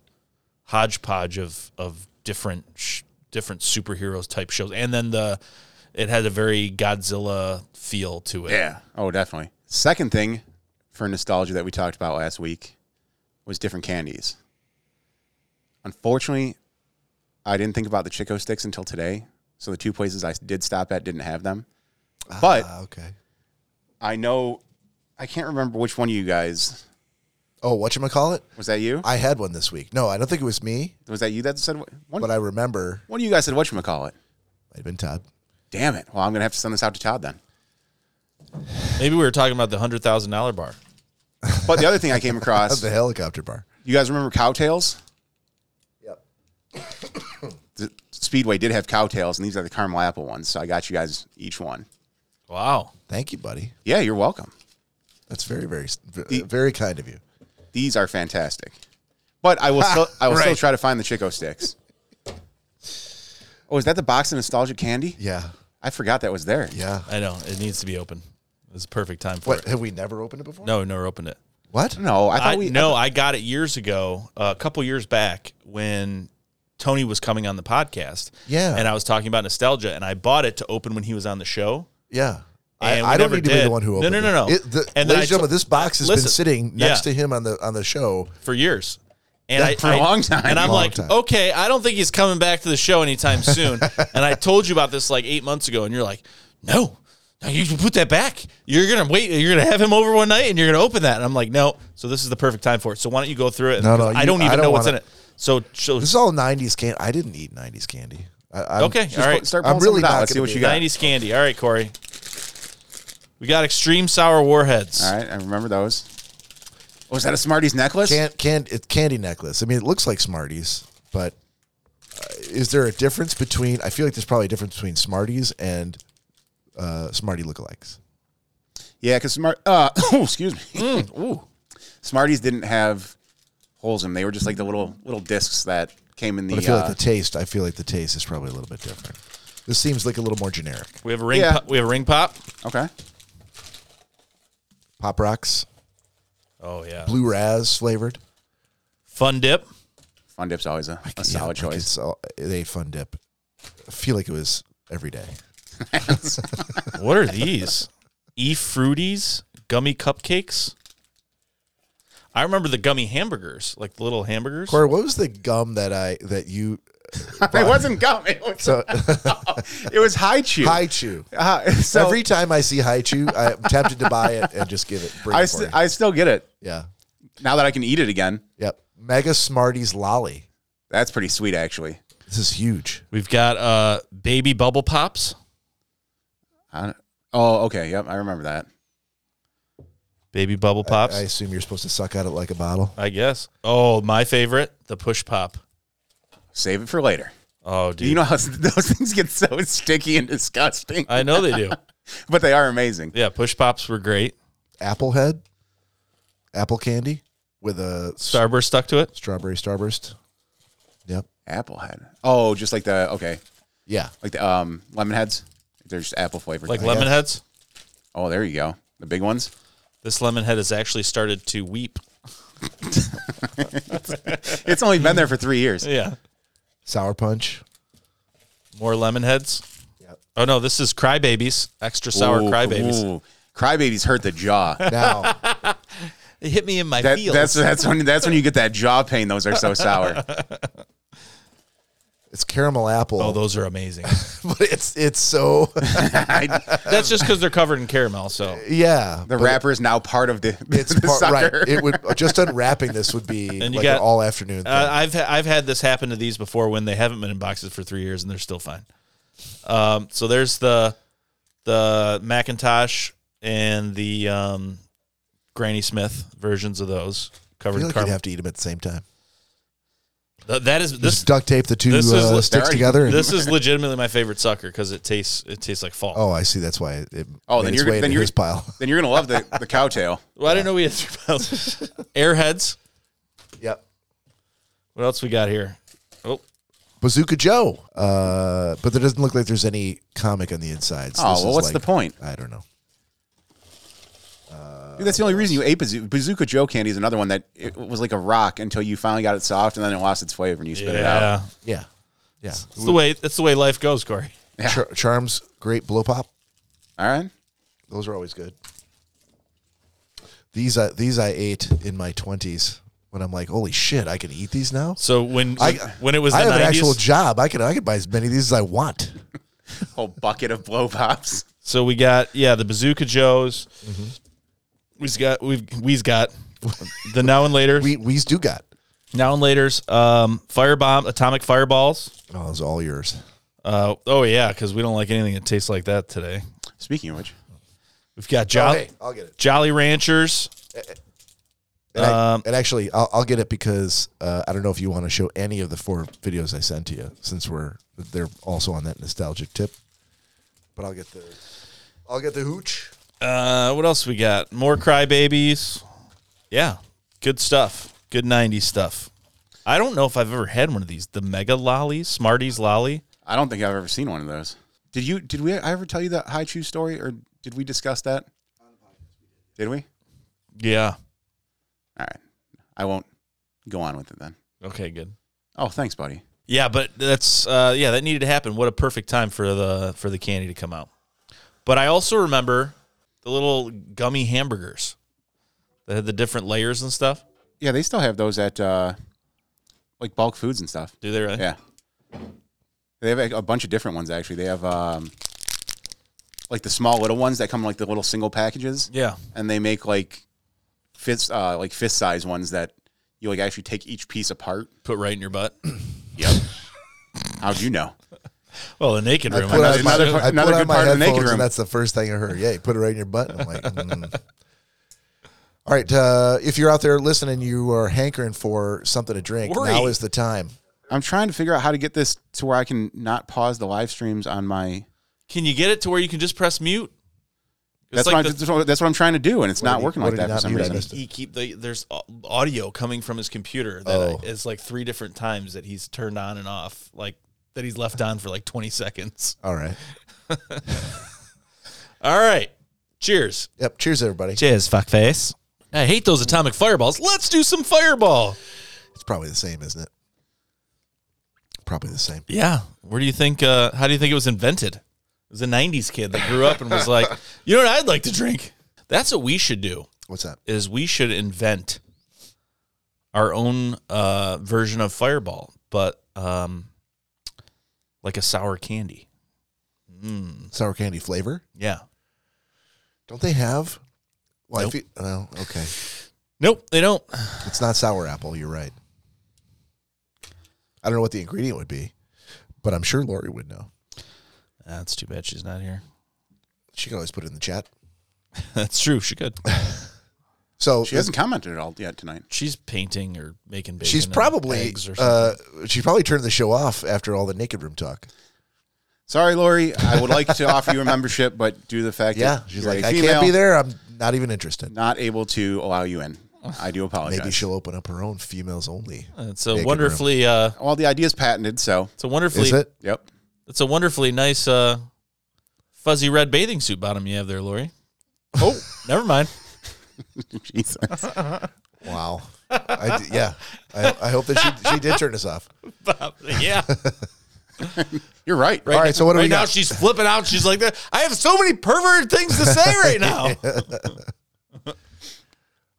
hodgepodge of of different sh- different superheroes type shows, and then the it had a very Godzilla feel to it.
yeah, oh definitely. Second thing for nostalgia that we talked about last week was different candies. Unfortunately, I didn't think about the Chico sticks until today. So the two places I did stop at didn't have them. But
Ah, okay.
I know I can't remember which one of you guys
Oh, whatchamacallit?
was that you?
I had one this week. No, I don't think it was me,
was that you that said wh- one?
but I remember.
one of you guys said what call it?
Might have been Todd.
Damn it! Well, I'm gonna have to send this out to Todd then.
Maybe we were talking about the hundred thousand dollar bar.
But the other thing I came
That's *laughs*
across,
the helicopter bar.
you guys remember cowtails?
Yep.
The Speedway did have cowtails, and these are the caramel apple ones. So I got you guys each one.
Wow.
Thank you, buddy.
Yeah, you're welcome.
That's very, very, s- v- very kind of you.
These are fantastic. But I will still, I will still
Right.
try to find the Chico sticks. Oh, is that the box of nostalgic candy?
Yeah.
I forgot that was there.
Yeah.
I know it needs to be open. It's a perfect time for
What?
it.
Have we never opened it before?
No, never opened it.
What?
No, I thought
I,
we
no,
uh,
I got it years ago, uh, a couple years back when Tony was coming on the podcast.
Yeah.
and I was talking about nostalgia, and I bought it to open when he was on the show.
Yeah. I,
And
I
we
don't
never
need to be the
did.
one who
No,
opened
no, no,
it.
no.
It, the,
And
ladies
then I
and gentlemen,
t-
this box has
Listen.
been sitting next
Yeah.
to him on the on the show.
for years. And I,
for a
I-
long time.
And I'm
Long
like,
time.
okay, I don't think he's coming back to the show anytime soon. and I told you about this like eight months ago, and you're like, no, no, you should put that back. You're gonna wait. You're gonna have him over one night, and you're gonna open that. And I'm like, no. So this is the perfect time for it. So why don't you go through it?
No, no,
Because I
you-
don't even
I don't
know what's in
wanna-
it. So, so
This is all '90s candy. I didn't eat '90s candy. I, I'm,
okay, all right.
start
I'm
pulling
really
something out.
not
Let's see
gonna
what you
be-
got.
90s candy. All right, Corey. We got extreme sour warheads.
All right, I remember those. Oh, is that a Smarties necklace?
Can, can, it's candy necklace. I mean, it looks like Smarties, but uh, is there a difference between? I feel like there's probably a difference between Smarties and uh, Smartie lookalikes.
Yeah, because smart. Uh, *coughs* oh, excuse me.
Mm,
*laughs* Smarties didn't have holes in them. They were just like the little little discs that came in the.
But I feel
uh,
like the taste. I feel like the taste is probably a little bit different. This seems like a little more generic.
We have a ring.
Yeah.
Pop, we have a ring pop.
okay.
Pop rocks,
Oh yeah.
blue raz flavored.
Fun dip.
Fun dip's always a, a
Yeah,
solid
like
choice. *laughs*
It's all, they fun dip. I feel like it was every day.
What are these? E fruities, gummy cupcakes. I remember the gummy hamburgers, like the little hamburgers.
Corey, what was the gum that I that you uh,
it wasn't gum. It was,
so *laughs*
it was high chew.
high chew?
Uh, so
every time I see high chew, I'm tempted to buy it and just give it. Bring it
I,
for
st-
me.
I still get it
yeah,
now that I can eat it again.
yep. Mega Smarties lolly.
That's pretty sweet, actually.
This is huge.
We've got uh, baby bubble pops,
I don't- oh, okay. Yep, I remember that.
baby bubble
I
pops.
assume you're supposed to suck at it like a bottle.
I, guess. Oh, my favorite, the push pop.
Save it for later.
Oh, dude,
You know how *laughs* s- those things get so *laughs* sticky and disgusting,
I know they
*laughs*
do.
but they are amazing.
Yeah, push pops were great.
Apple head, apple candy with a s-
Starburst stuck to it.
strawberry starburst. Yep.
Applehead. Oh, just like the okay,
Yeah.
like the um lemon heads. They're just apple flavored.
Like lemon heads.
oh, there you go. The big ones.
This lemon head has actually started to weep.
It's only been there for three years.
Yeah.
Sour punch.
More lemon heads.
Yep.
Oh no, this is crybabies. Extra *laughs* sour
Ooh,
crybabies.
ooh. Crybabies hurt the
*laughs*
jaw. That,
Now
It hit me in my *laughs*
that's that's when that's when you get that jaw pain. Those are so sour.
It's caramel apple.
Oh, those are
*laughs*
amazing.
*laughs* but it's it's so
*laughs* I-
That's just because they're covered in caramel. So
yeah.
the
but
wrapper is now part of the.
*laughs* It's
*laughs* the
part, right.
sucker.
It would just unwrapping this would be
*laughs* And you
like
got-
an all afternoon. Thing.
uh, I've ha- I've had this happen to these before when they haven't been in boxes for three years and they're still fine. Um, so there's the the Macintosh and the um, Granny Smith versions of those
I
covered
feel
in
like you'd
caramel.
have to eat them at the same time.
Th- that is
Just
this
duct tape the two
this is
uh,
li-
sticks
there you-
together. And,
this is legitimately my favorite sucker because it tastes it tastes like fall.
*laughs* oh, I see. That's why it.
Oh,
made
then
its
you're-
way
then
into
you're-
his
*laughs*
pile.
Then you're gonna love the the
*laughs*
cow tail.
Well, I didn't know we had three pounds. Airheads.
yep.
What else we got here? Oh,
Bazooka Joe. Uh, but there doesn't look like there's any comic on the inside. so
Oh,
this
well,
is
what's
like-
the point?
I don't know.
Dude, that's the only reason you ate bazooka. Bazooka Joe candy is another one that it was like a rock until you finally got it soft and then it lost its flavor and you spit it out.
yeah.
Yeah. Yeah.
It's the way that's the way life goes, Corey.
Char- Charms, great blow pop.
All right.
Those are always good. These I these I ate in my twenties when I'm like, holy shit, I can eat these now.
So when
I-
when it was the
I have an actual
90s,
job. I can I can buy as many of these as I want.
Whole bucket of blow pops.
so we got yeah the Bazooka Joes. We've got we've we've got the now and later
We we's do got.
now and later's um, firebomb atomic fireballs.
Oh, those are all yours.
Uh, oh yeah, because we don't like anything that tastes like that today.
Speaking of which,
We've
Oh,
got Jolly
hey, I'll get it.
Jolly Ranchers.
And, I-
Um,
and actually, I'll, I'll get it because uh, I don't know if you want to show any of the four videos I sent to you, since we're they're also on that nostalgic tip. But I'll get the I'll get the hooch.
Uh, what else we got? More crybabies. Yeah, good stuff. Good '90s stuff. I don't know if I've ever had one of these. The Mega Lolly, Smarties Lolly.
I don't think I've ever seen one of those. Did you? Did we? I ever tell you that high chew story, or did we discuss that? Did we?
Yeah.
All right. I won't go on with it then.
Okay. Good.
Oh, thanks, buddy.
Yeah, but that's uh, yeah, that needed to happen. What a perfect time for the for the candy to come out. But I also remember the little gummy hamburgers that had the different layers and stuff.
Yeah, they still have those at uh, like bulk foods and stuff.
Do they really?
Yeah. They have like, a bunch of different ones actually. They have um, like the small little ones that come in, like the little single packages,
Yeah.
and they make like fist uh, like fist size ones that you like actually take each piece apart.
Put right in
*clears throat*
your butt. *clears throat*
Yep. How'd you know?
Well, the naked room.
Put
Another-
on my,
another part-
I put
another
on
good
my
part of the naked
headphones,
room.
and that's the first thing I heard. Yeah, you put it right in your butt. and I'm like, mm. *laughs* all right. Uh, if you're out there listening, you are hankering for something to drink.
Worry.
Now is the time.
I'm trying to figure out how to get this to where I can not pause the live streams on my.
Can you get it to where you can just press mute? It's
That's,
like
what
the-
I'm- that's what I'm trying to do, and it's
What
not
did he-
working
what
like
did he
that for
not
some
mute? I
reason.
missed it.
he keep the, there's au- audio coming from his computer that
Oh.
I- is like three different times that he's turned on and off, like that he's left on for like 20 seconds. *laughs*
All right.
All right. Cheers.
Yep. Cheers, everybody.
Cheers, fuckface. I hate those atomic fireballs. Let's do some fireball.
It's probably the same, isn't it? Probably the same.
Yeah. Where do you think? Uh, how do you think it was invented? It was a '90s kid that grew up and was like, *laughs* "You know what I'd like to drink." That's what we should do.
What's that?
Is we should invent our own uh, version of fireball, but um, like a sour candy.
Sour candy flavor?
Yeah.
Don't they have? Well,
Nope.
I feel, well, okay.
Nope, they don't.
It's not sour apple. You're right. I don't know what the ingredient would be, but I'm sure Lori would know.
That's too bad she's not here. *laughs*
She can always put it in the chat.
That's true. She could.
So
She hasn't commented at all yet tonight.
She's painting or making bacon.
she's
and
probably
eggs or something.
uh, she probably turned the show off after all the naked room talk.
Sorry, Lori. I would like to offer you a membership, but due to the fact
Yeah,
that
she's
you're
like,
a
I
female,
can't be there. I'm not even interested.
Not able to allow you in. I do
*laughs*
apologize.
Maybe she'll open up her own females only.
it's a
Naked room.
wonderfully. Uh,
Well, the idea's patented, so
it's a wonderfully.
Is it?
yep. *laughs*
It's a wonderfully nice uh, fuzzy red bathing suit bottom you have there, Lori. *laughs* Oh, never *laughs* mind.
Jesus.
Wow. I d- yeah. I, I hope that she, she did turn us off.
yeah.
You're right.
All right. So what do
right
we
now
got?
she's flipping out. She's like,
*laughs*
"I have so many perverted things to say right now."
All All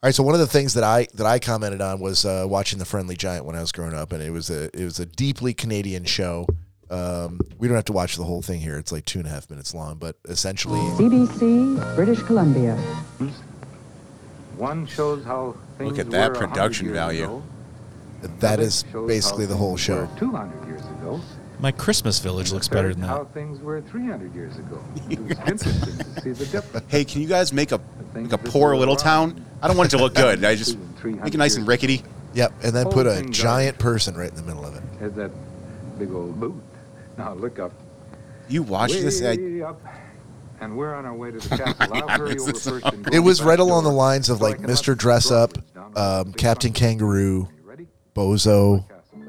right, so one of the things that I that I commented on was uh, watching The Friendly Giant when I was growing up, and it was a it was a deeply Canadian show. Um, we don't have to watch the whole thing here; it's like two and a half minutes long, but essentially,
BBC, British Columbia.
One shows how things
at that
were 100
production
years
value.
ago.
that is
Shows how
basically the whole
things
show.
were 200 years ago.
My Christmas village looks better than
How
that.
things were 300 years
*laughs*
ago. It was interesting to see the difference.
Hey, can you guys make a
things
make a
that
poor
go
little
wrong.
town? I don't want it to look good. I just make it nice and rickety.
Yep, and then
Whole
put a
thing does.
giant person right in the middle of it.
Had that big old boot. Now look up.
You watch this. I,
Way up. And we're on our way to
*laughs*
the capital. I'll hurry over first and go
It was
to the
right
back
along the
door.
lines of
So I
like
can let the
Mr. Dress Up,
dogs down on the
um,
big
Captain
front.
Kangaroo,
Are you ready?
Bozo,
Castle.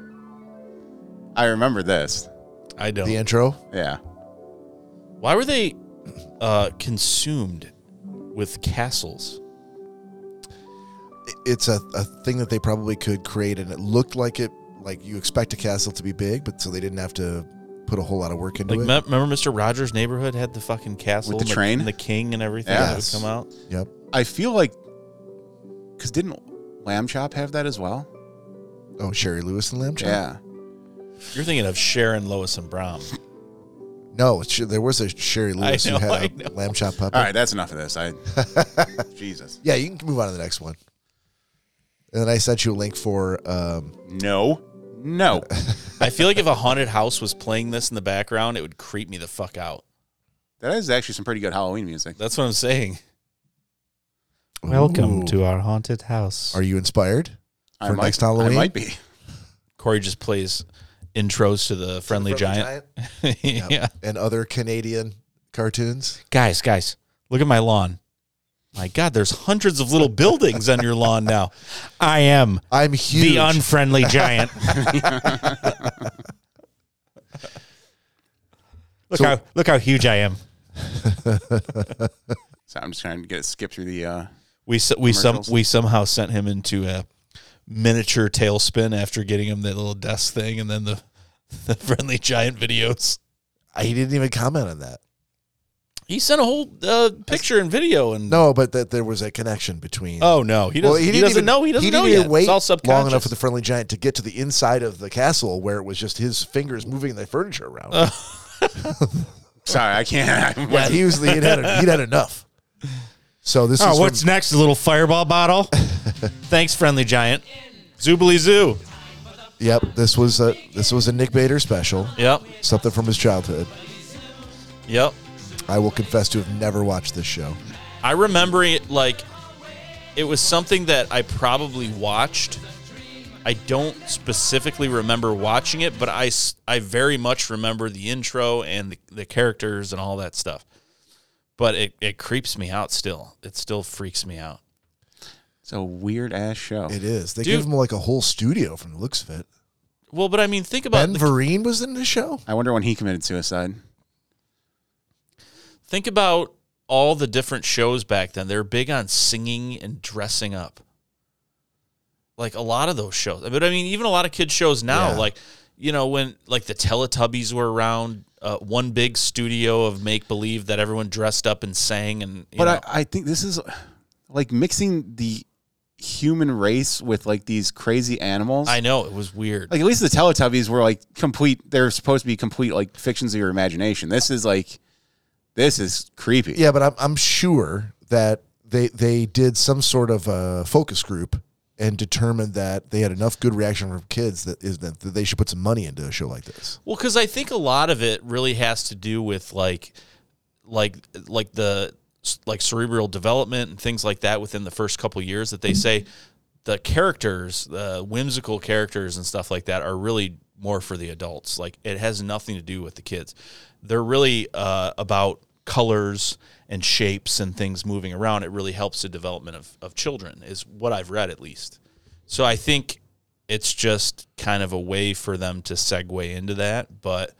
I remember this.
I don't.
the intro.
Yeah.
Why were they uh, consumed with castles?
it's a, a thing that they probably could create and it looked like it like you expect a castle to be big but so they didn't have to put a whole lot of work into
Like,
it
me- remember Mr. Rogers' neighborhood had the fucking castle
With the
and
train?
and the king and everything that would
Yes.
come out.
yep
I feel like because didn't Lamb Chop have that as well?
oh sherry lewis and lamb chop
Yeah.
You're thinking of Sharon, Lois, and Brom.
no it's, there was a sherry lewis
know,
who had
I
a
know.
lamb chop puppet
All right, that's enough of
*laughs*
this. I Jesus.
yeah you can move on to the next one and then i sent you a link for um,
No. No.
I feel like if a haunted house was playing this in the background, it would creep me the fuck out.
That is actually some pretty good Halloween music.
That's what I'm saying.
Welcome
ooh,
to our haunted house.
are you inspired
I
For
might,
next Halloween?
I might be.
Corey just plays intros to the Friendly, Giant. *laughs*
Yep.
yeah.
and other canadian cartoons
guys, guys,
Look at my lawn. My God, there's hundreds of little buildings on your lawn now.
I am
i'm huge
the
*laughs*
unfriendly giant. look
So-
how look how huge I am.
So I'm just trying to get it skip through the. Uh,
We s- we some
Commercials.
we somehow sent him into a miniature tailspin after getting him that little desk thing and then the *laughs* the Friendly Giant videos.
he didn't even comment on that
He sent a whole uh, picture and video and
no but that there was a connection between
Oh no, he doesn't. he,
didn't
doesn't
even-
know. He doesn't
didn't
know
even
yet.
Wait
it's all subconscious.
long enough
*laughs*
for the friendly giant to get to the inside of the castle where it was just his fingers moving the furniture around.
Uh.
sorry, I can't. *laughs* I
yeah, he was he'd had, he'd had enough. So this is
Oh,
from-
what's next? A little fireball
*laughs*
bottle? Thanks, friendly giant. Zoobly Zoo.
yep. This was a this was a Nick Bader special,
Yep,
something from his childhood.
yep.
I will confess to have never watched this show.
I remember it like it was something that I probably watched. I don't specifically remember watching it, but I, s- I very much remember the intro and the, the characters and all that stuff. But it, it creeps me out still. It still freaks me out.
It's a weird ass show.
It is they
Dude.
gave him like a whole studio from the looks of it.
Well, but I mean, think about
Ben
the,
Vereen was in the show.
I wonder when he committed suicide.
think about all the different shows back then. They're big on singing and dressing up. Like a lot of those shows. But I mean, even a lot of kids' shows now,
Yeah.
like, you know, when like the Teletubbies were around, uh, one big studio of make believe that everyone dressed up and sang and you
But
know,
I, I think this is like mixing the human race with like these crazy animals.
I, know it was weird.
like at least the Teletubbies were like complete. They're supposed to be complete like fictions of your imagination. This is like, this is creepy.
Yeah, but I'm I'm sure that they they did some sort of a focus group and determined that they had enough good reaction from kids that is that that they should put some money into a show like this.
Well, because I think a lot of it really has to do with like, like, like the like cerebral development and things like that within the first couple years that they say the characters, the whimsical characters and stuff like that, are really more for the adults. Like it has nothing to do with the kids. They're really uh, about colors and shapes and things moving around. It really helps the development of of children, is what I've read at least. So I think it's just kind of a way for them to segue into that, but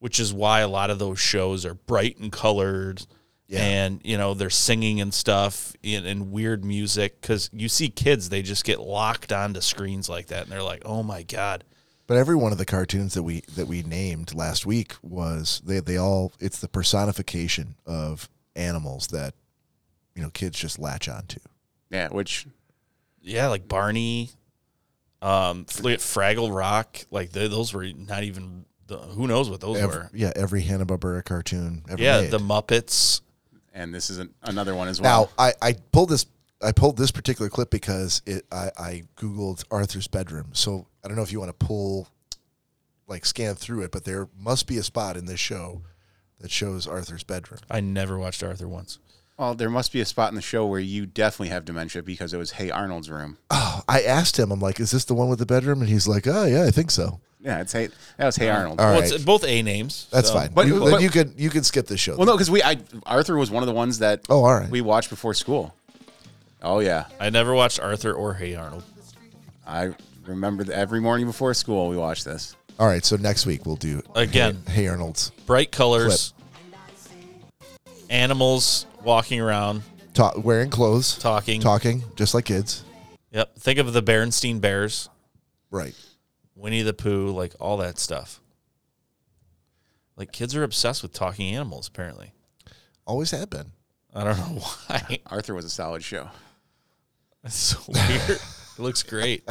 which is why a lot of those shows are bright and colored. And you know they're singing and stuff and, and weird music because you see kids they just get locked onto screens like that and they're like oh my god
But every one of the cartoons that we that we named last week was they they all it's the personification of animals that you know kids just latch onto.
Yeah, which
yeah, like Barney, um, look at Fraggle Rock. Like they, those were not even. The, who knows what those
Ev-
were?
yeah, every Hanna Barbera cartoon ever
Yeah,
made.
the Muppets.
and this is an, another one as well.
now I, I pulled this I pulled this particular clip because it I, I googled Arthur's bedroom. So I don't know if you want to pull like scan through it, but there must be a spot in this show that shows Arthur's bedroom.
I never watched Arthur once.
well, there must be a spot in the show where you definitely have dementia because it was Hey
*laughs*
Arnold's room.
Oh, I asked him, I'm like, is this the one with the bedroom? And he's like, Oh yeah, I think so.
Yeah, it's Hey. That was Hey Arnold.
All
well,
right.
it's both A names.
That's
so-
fine.
But-
you,
but-
then you can you can skip this show.
Well, no, because we I Arthur was one of the ones that
Oh, all right.
we watched before school. Oh yeah,
I never watched Arthur or Hey Arnold.
I remember that every morning before school we watched this.
all right, so next week we'll do
Again.
Hey, hey Arnold's
Bright colors, animals walking around,
Ta- wearing clothes,
talking.
talking just like kids.
Yep. Think of the Berenstein Bears,
Right.
Winnie the Pooh, like all that stuff. Like kids are obsessed with talking animals. Apparently,
Always have been.
I don't know *laughs* why.
Arthur was a solid show.
That's so weird. it looks great.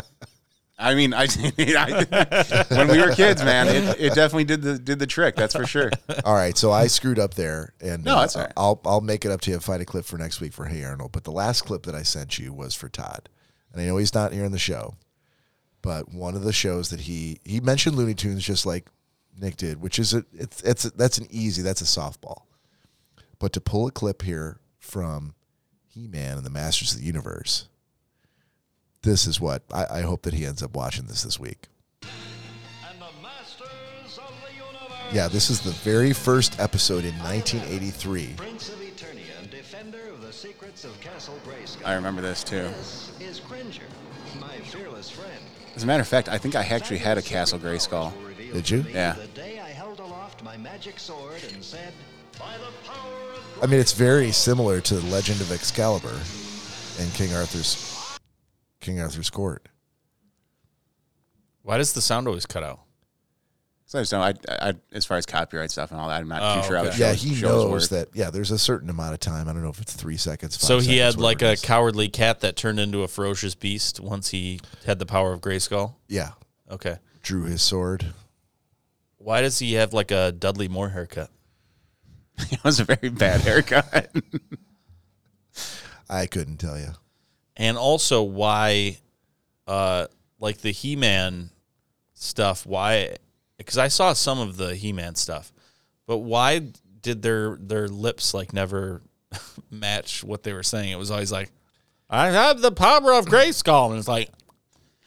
I mean, I, *laughs* I when we were kids, man, it, it definitely did the did the trick. That's for sure.
All right, so I screwed up there, and uh,
No, that's all right.
I'll I'll make it up to you. and Find a clip for next week for Hey Arnold. But the last clip that I sent you was for Todd, and I know he's not here in the show, but one of the shows that he he mentioned Looney Tunes just like Nick did, which is a it's it's that's an easy that's a softball, but to pull a clip here from He Man and the Masters of the Universe, this is what I, I hope that he ends up watching this this week. Yeah, this is the very first episode in 1983.
Prince of Eternia and defender of the secrets of Castle Grayskull.
I remember this too.
This is Cringer, my fearless friend.
As a matter of fact, I think I actually had a Castle Gray skull.
Did you?
Yeah.
The day I held aloft my magic sword and said, "By the power of
I mean, it's very similar to the Legend of Excalibur and King Arthur's King Arthur's court.
Why does the sound always cut out?
So I just know I, I as far as copyright stuff and all that, I'm not
Oh,
too sure how the
okay.
show,
Yeah, he
shows
knows
work.
that. Yeah, there's a certain amount of time. I don't know if it's three seconds. Five
So he
seconds,
had like
whatever
a
it is.
cowardly cat that turned into a ferocious beast once he had the power of Grayskull.
yeah,
Okay.
drew his sword.
Why does he have like a Dudley Moore haircut?
*laughs* it was a very bad haircut. *laughs*
I couldn't tell you.
And also why uh like the He-Man stuff, why cuz I saw some of the He-Man stuff. But why did their their lips like never *laughs* match what they were saying? It was always like I have the power of Grayskull and it's like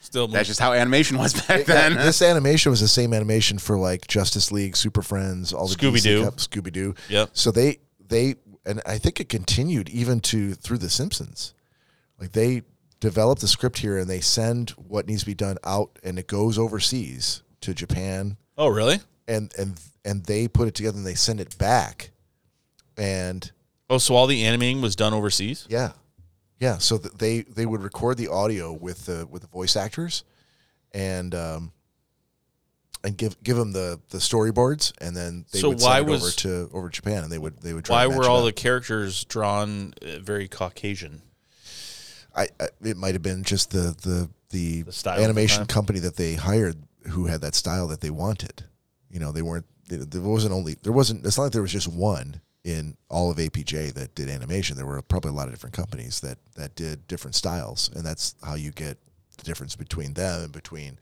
still
That's just how animation was
*laughs*
back
Yeah,
then.
this animation was the same animation for like Justice League, Super Friends, all the
Scooby-Doo.
Scooby Doo.
Yep.
So they they and I think it continued even to through the Simpsons. Like they develop the script here and they send what needs to be done out and it goes overseas to Japan
Oh, really?
and and and they put it together and they send it back. And
Oh, so all the animating was done overseas?
yeah, yeah. So th- they they would record the audio with the with the voice actors, and um, and give give them the the storyboards, and then they
So
would
why
send it
was-
over to over Japan, and they would they would try
Why
to match
were
it
all the
up.
characters drawn uh, very Caucasian?
I, I it might have been just the the the,
The style at the
animation
time.
company that they hired who had that style that they wanted. You know, they weren't they, there wasn't only there wasn't it's not like there was just one in all of APJ that did animation. There were probably a lot of different companies that that did different styles, and that's how you get the difference between them and between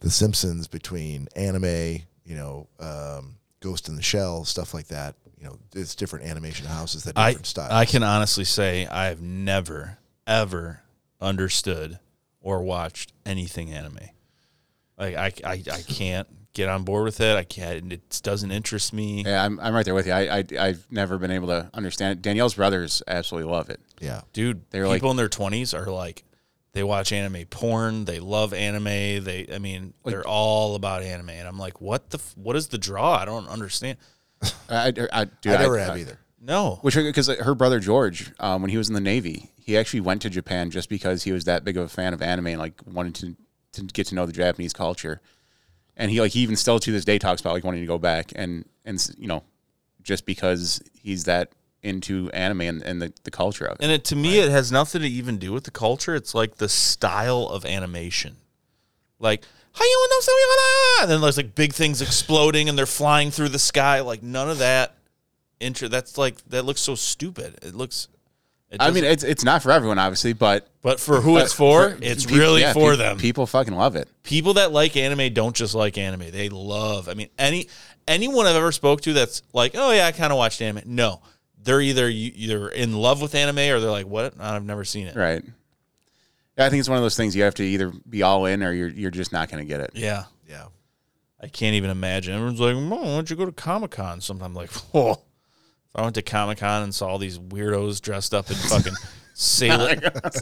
the Simpsons, between anime, you know, um, Ghost in the Shell, stuff like that. You know, it's different animation houses that do
I
different styles.
I can honestly say I've never ever understood or watched anything anime. Like I I, I can't get on board with it. I can't. It doesn't interest me.
yeah, I'm, I'm right there with you. I, I I've never been able to understand it. Danielle's brothers absolutely love it.
yeah.
Dude,
They're
people
like-
in their twenties are like they watch anime porn. They love anime. They I mean they're all about anime. And I'm like, what the f- what is the draw? I don't understand.
I, I, I, dude,
I never
I-
have
I-
either.
No.
Which because her brother George, um, when he was in the Navy, he actually went to Japan just because he was that big of a fan of anime and like wanted to to get to know the Japanese culture. And he like he even still to this day talks about like wanting to go back and and you know just because he's that into anime and, and the, the culture of it.
And it, to me, it has nothing to even do with the culture. It's like the style of animation. Like, how you know something like that?" and then there's like big things exploding and they're flying through the sky. Like none of that. Inter- that's like that looks so stupid. It looks. It
I mean,
doesn't-
it's it's not for everyone, obviously, but
but for who it's
but
for, it's
peop-
really
yeah,
for
peop-
them.
People fucking love it.
people that like anime don't just like anime. They love. I mean, any anyone I've ever spoke to that's like, oh yeah, I kind of watched anime. No, they're either you, you're in love with anime or they're like, what? I've never seen it.
Right. Yeah, I think it's one of those things you have to either be all in or you're you're just not going to get it.
Yeah,
Yeah.
I can't even imagine. Everyone's like, oh, why don't you go to Comic Con? Sometime like, whoa. If I went to Comic Con and saw all these weirdos dressed up in fucking sailor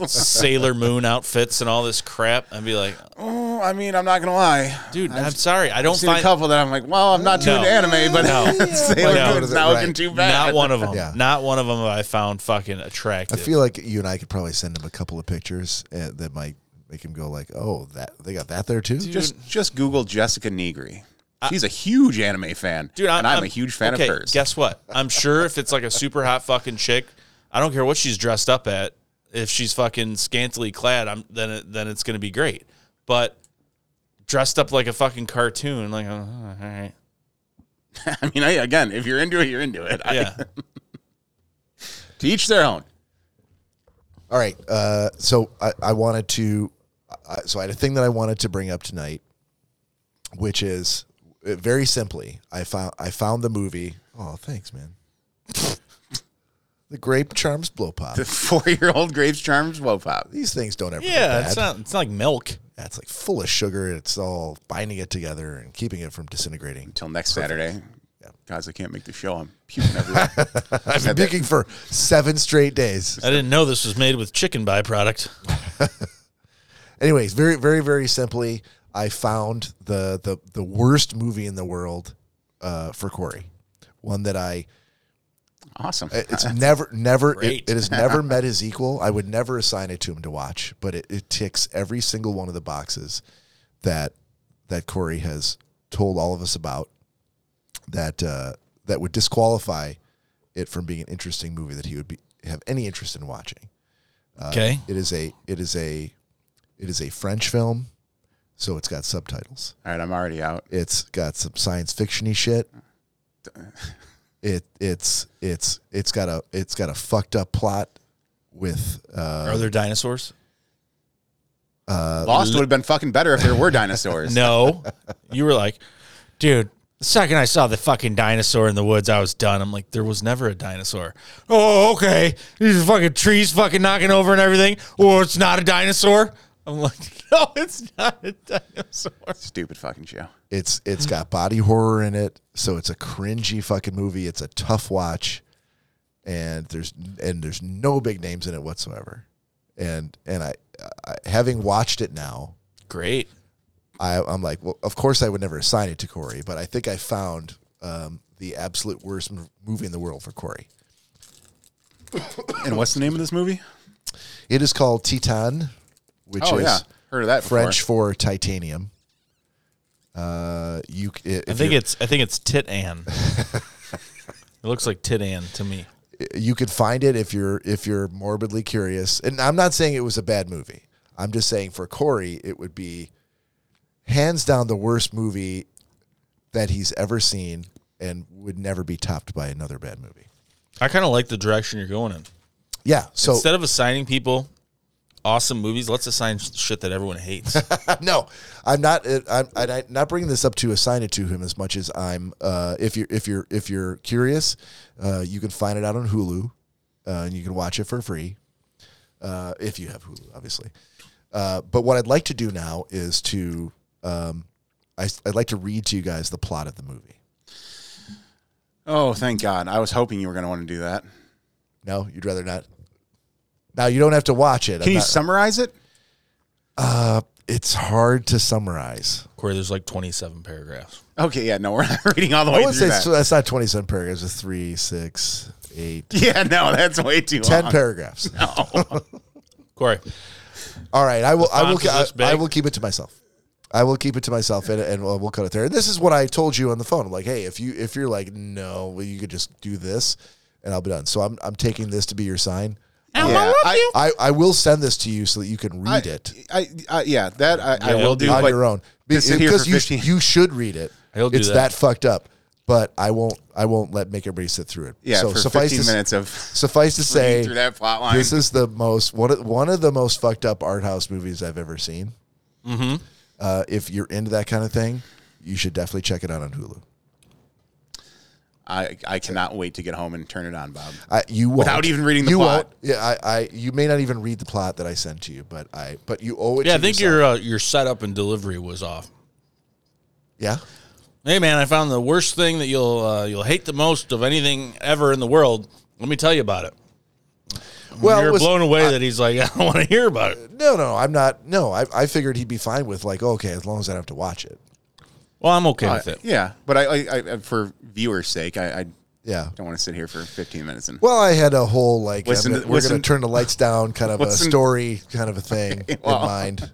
Sailor Moon outfits and all this crap, I'd be like,
Oh, I mean, I'm not going to lie.
dude, I'm,
I've
sorry, I don't
seen a
find
couple that I'm like, well, I'm not too
No.
into anime, but *laughs*
No.
Sailor
No.
Moon's not looking
Right.
too bad.
not one of them.
Yeah.
Not one of them I found fucking
I
attractive.
feel like you and I could probably send him a couple of pictures uh, that might make him go like, "Oh, that they got that there too."
Just just Google Jessica Negri. She's a huge anime fan,
dude, I,
and I'm, a huge fan
okay,
of hers.
Guess what? I'm sure if it's like a super hot fucking chick, I don't care what she's dressed up at. If she's fucking scantily clad, I'm then it, then it's gonna be great. But dressed up like a fucking cartoon, like oh, all right,
*laughs* I mean, I, again, if you're into it, you're into it. I-
yeah,
to each their own.
All right. Uh, so I, I wanted to, I, so I had a thing that I wanted to bring up tonight, which is uh, very simply, I found I found the movie. Oh, thanks, man. the Grape Charms Blow Pop.
The *laughs* four-year-old Graves Charms blow pop.
These things don't ever.
yeah.
Get bad.
It's not it's not like milk.
Yeah, it's like full of sugar. It's all binding it together and keeping it from disintegrating.
Until next Saturday. Guys, I can't make the show. I'm puking
*laughs*
everywhere.
I've been picking for seven straight days.
I didn't know this was made with chicken byproduct.
Anyways, very, very, very simply, I found the the the worst movie in the world uh, for Corey. One that I
awesome.
it's never never it,
Great.
it has never met his equal. I would never assign it to him to watch, but it, it ticks every single one of the boxes that that Corey has told all of us about that uh, that would disqualify it from being an interesting movie that he would be have any interest in watching.
Uh,
Okay,
It is a it is a it is a French film, so it's got subtitles.
All right, I'm already out.
It's got some science fictiony shit. It it's it's it's got a it's got a fucked up plot with uh
are there dinosaurs?
Lost would have been fucking better if there were dinosaurs.
Uh, *laughs* No, you were like,
dude. The second I saw the fucking dinosaur in the woods, I was done. I'm like, there was never a dinosaur. Oh, okay. These fucking trees fucking knocking over and everything. Oh, it's not a dinosaur. I'm like, *laughs* no, it's not a dinosaur.
Stupid fucking show.
it's it's got body horror in it, so it's a cringy fucking movie. It's a tough watch, and there's and there's no big names in it whatsoever. And and I, I having watched it now,
great.
I, I'm like, well, of course I would never assign it to Corey, but I think I found um, the absolute worst m- movie in the world for Corey.
And what's the name of this movie?
It is called Titan, which
oh
is
yeah, heard of that? before.
French for titanium. Uh, you, c- i-
I
if
think
you-
it's I think it's
*laughs*
Tit Ann. it looks like Tit Ann to me.
you could find it if you're if you're morbidly curious. And I'm not saying it was a bad movie. I'm just saying for Corey, it would be hands down the worst movie that he's ever seen, and would never be topped by another bad movie.
I kind of like the direction you're going in.
Yeah. So
Instead of assigning people awesome movies, let's assign sh- shit that everyone
*laughs*
hates.
no, I'm not. uh, I'm, and I'm not bringing this up to assign it to him as much as I'm. Uh, if you're if you're if you're curious, uh, you can find it out on Hulu, uh, and you can watch it for free, uh, if you have Hulu, obviously. Uh, but what I'd like to do now is to, um, I, I'd like to read to you guys the plot of the movie.
Oh, thank God! I was hoping you were going to want to do that.
No, you'd rather not. Now you don't have to watch it. I'm
Can you
not-
summarize it?
it's hard to summarize.
Corey, there's like 27 paragraphs.
Okay, yeah, no, *laughs* we're not reading all the
I
way
wouldn't say
through
it's,
that.
that's not twenty-seven paragraphs. It's three, six, eight,
*laughs* Yeah, no, that's way too
ten
long.
paragraphs.
Corey,
All right, I will. I will.
font is
I,
this big.
I will keep it to myself. I will keep it to myself, and, and we'll, we'll cut it there. And this is what I told you on the phone. I'm like, hey, if you if you're like, no, well, you could just do this. and I'll be done. So I'm I'm taking this to be your sign.
Yeah, I,
I, I will send this to you so that you can read it
I, I, yeah, that I, I will do.
on
but
your own
to sit here
because
for
you
15
you should read it.
He'll do
it's
that.
that. fucked up, but I won't I won't let make everybody sit through it.
Yeah,
so
for
suffice
15
to, s-
minutes of
suffice to say
reading through that plot line.
This is the most one of, one of the most fucked up art house movies I've ever seen. Mm-hmm. Uh, if you're into that kind of thing, you should definitely check it out on Hulu.
I, I cannot wait to get home and turn it on, Bob.
I, you won't.
Without even reading the
You
plot.
won't. Yeah, I, I, you may not even read the plot that I sent to you, but I, but you owe it.
Yeah,
to
I think
yourself.
your uh, your setup and delivery was off. uh,
Yeah,
Hey man, I found the worst thing that you'll uh, you'll hate the most of anything ever in the world. Let me tell you about it.
well, it
You're
was-
blown away that he's like, *laughs* I don't want to hear about it.
No, no, I'm not. No, I, I figured he'd be fine with like, okay, as long as I don't have to watch it.
Well, I'm okay with
Uh,
it.
yeah, but I, I, I for viewers' sake, I, I
Yeah.
don't want to sit here for 15 minutes and
Well, I had a whole like I'm
Listen
gonna-
to-
we're
listen-
going to turn the lights down kind of a
Listen-
story kind of a
*laughs*
thing
well.
in mind,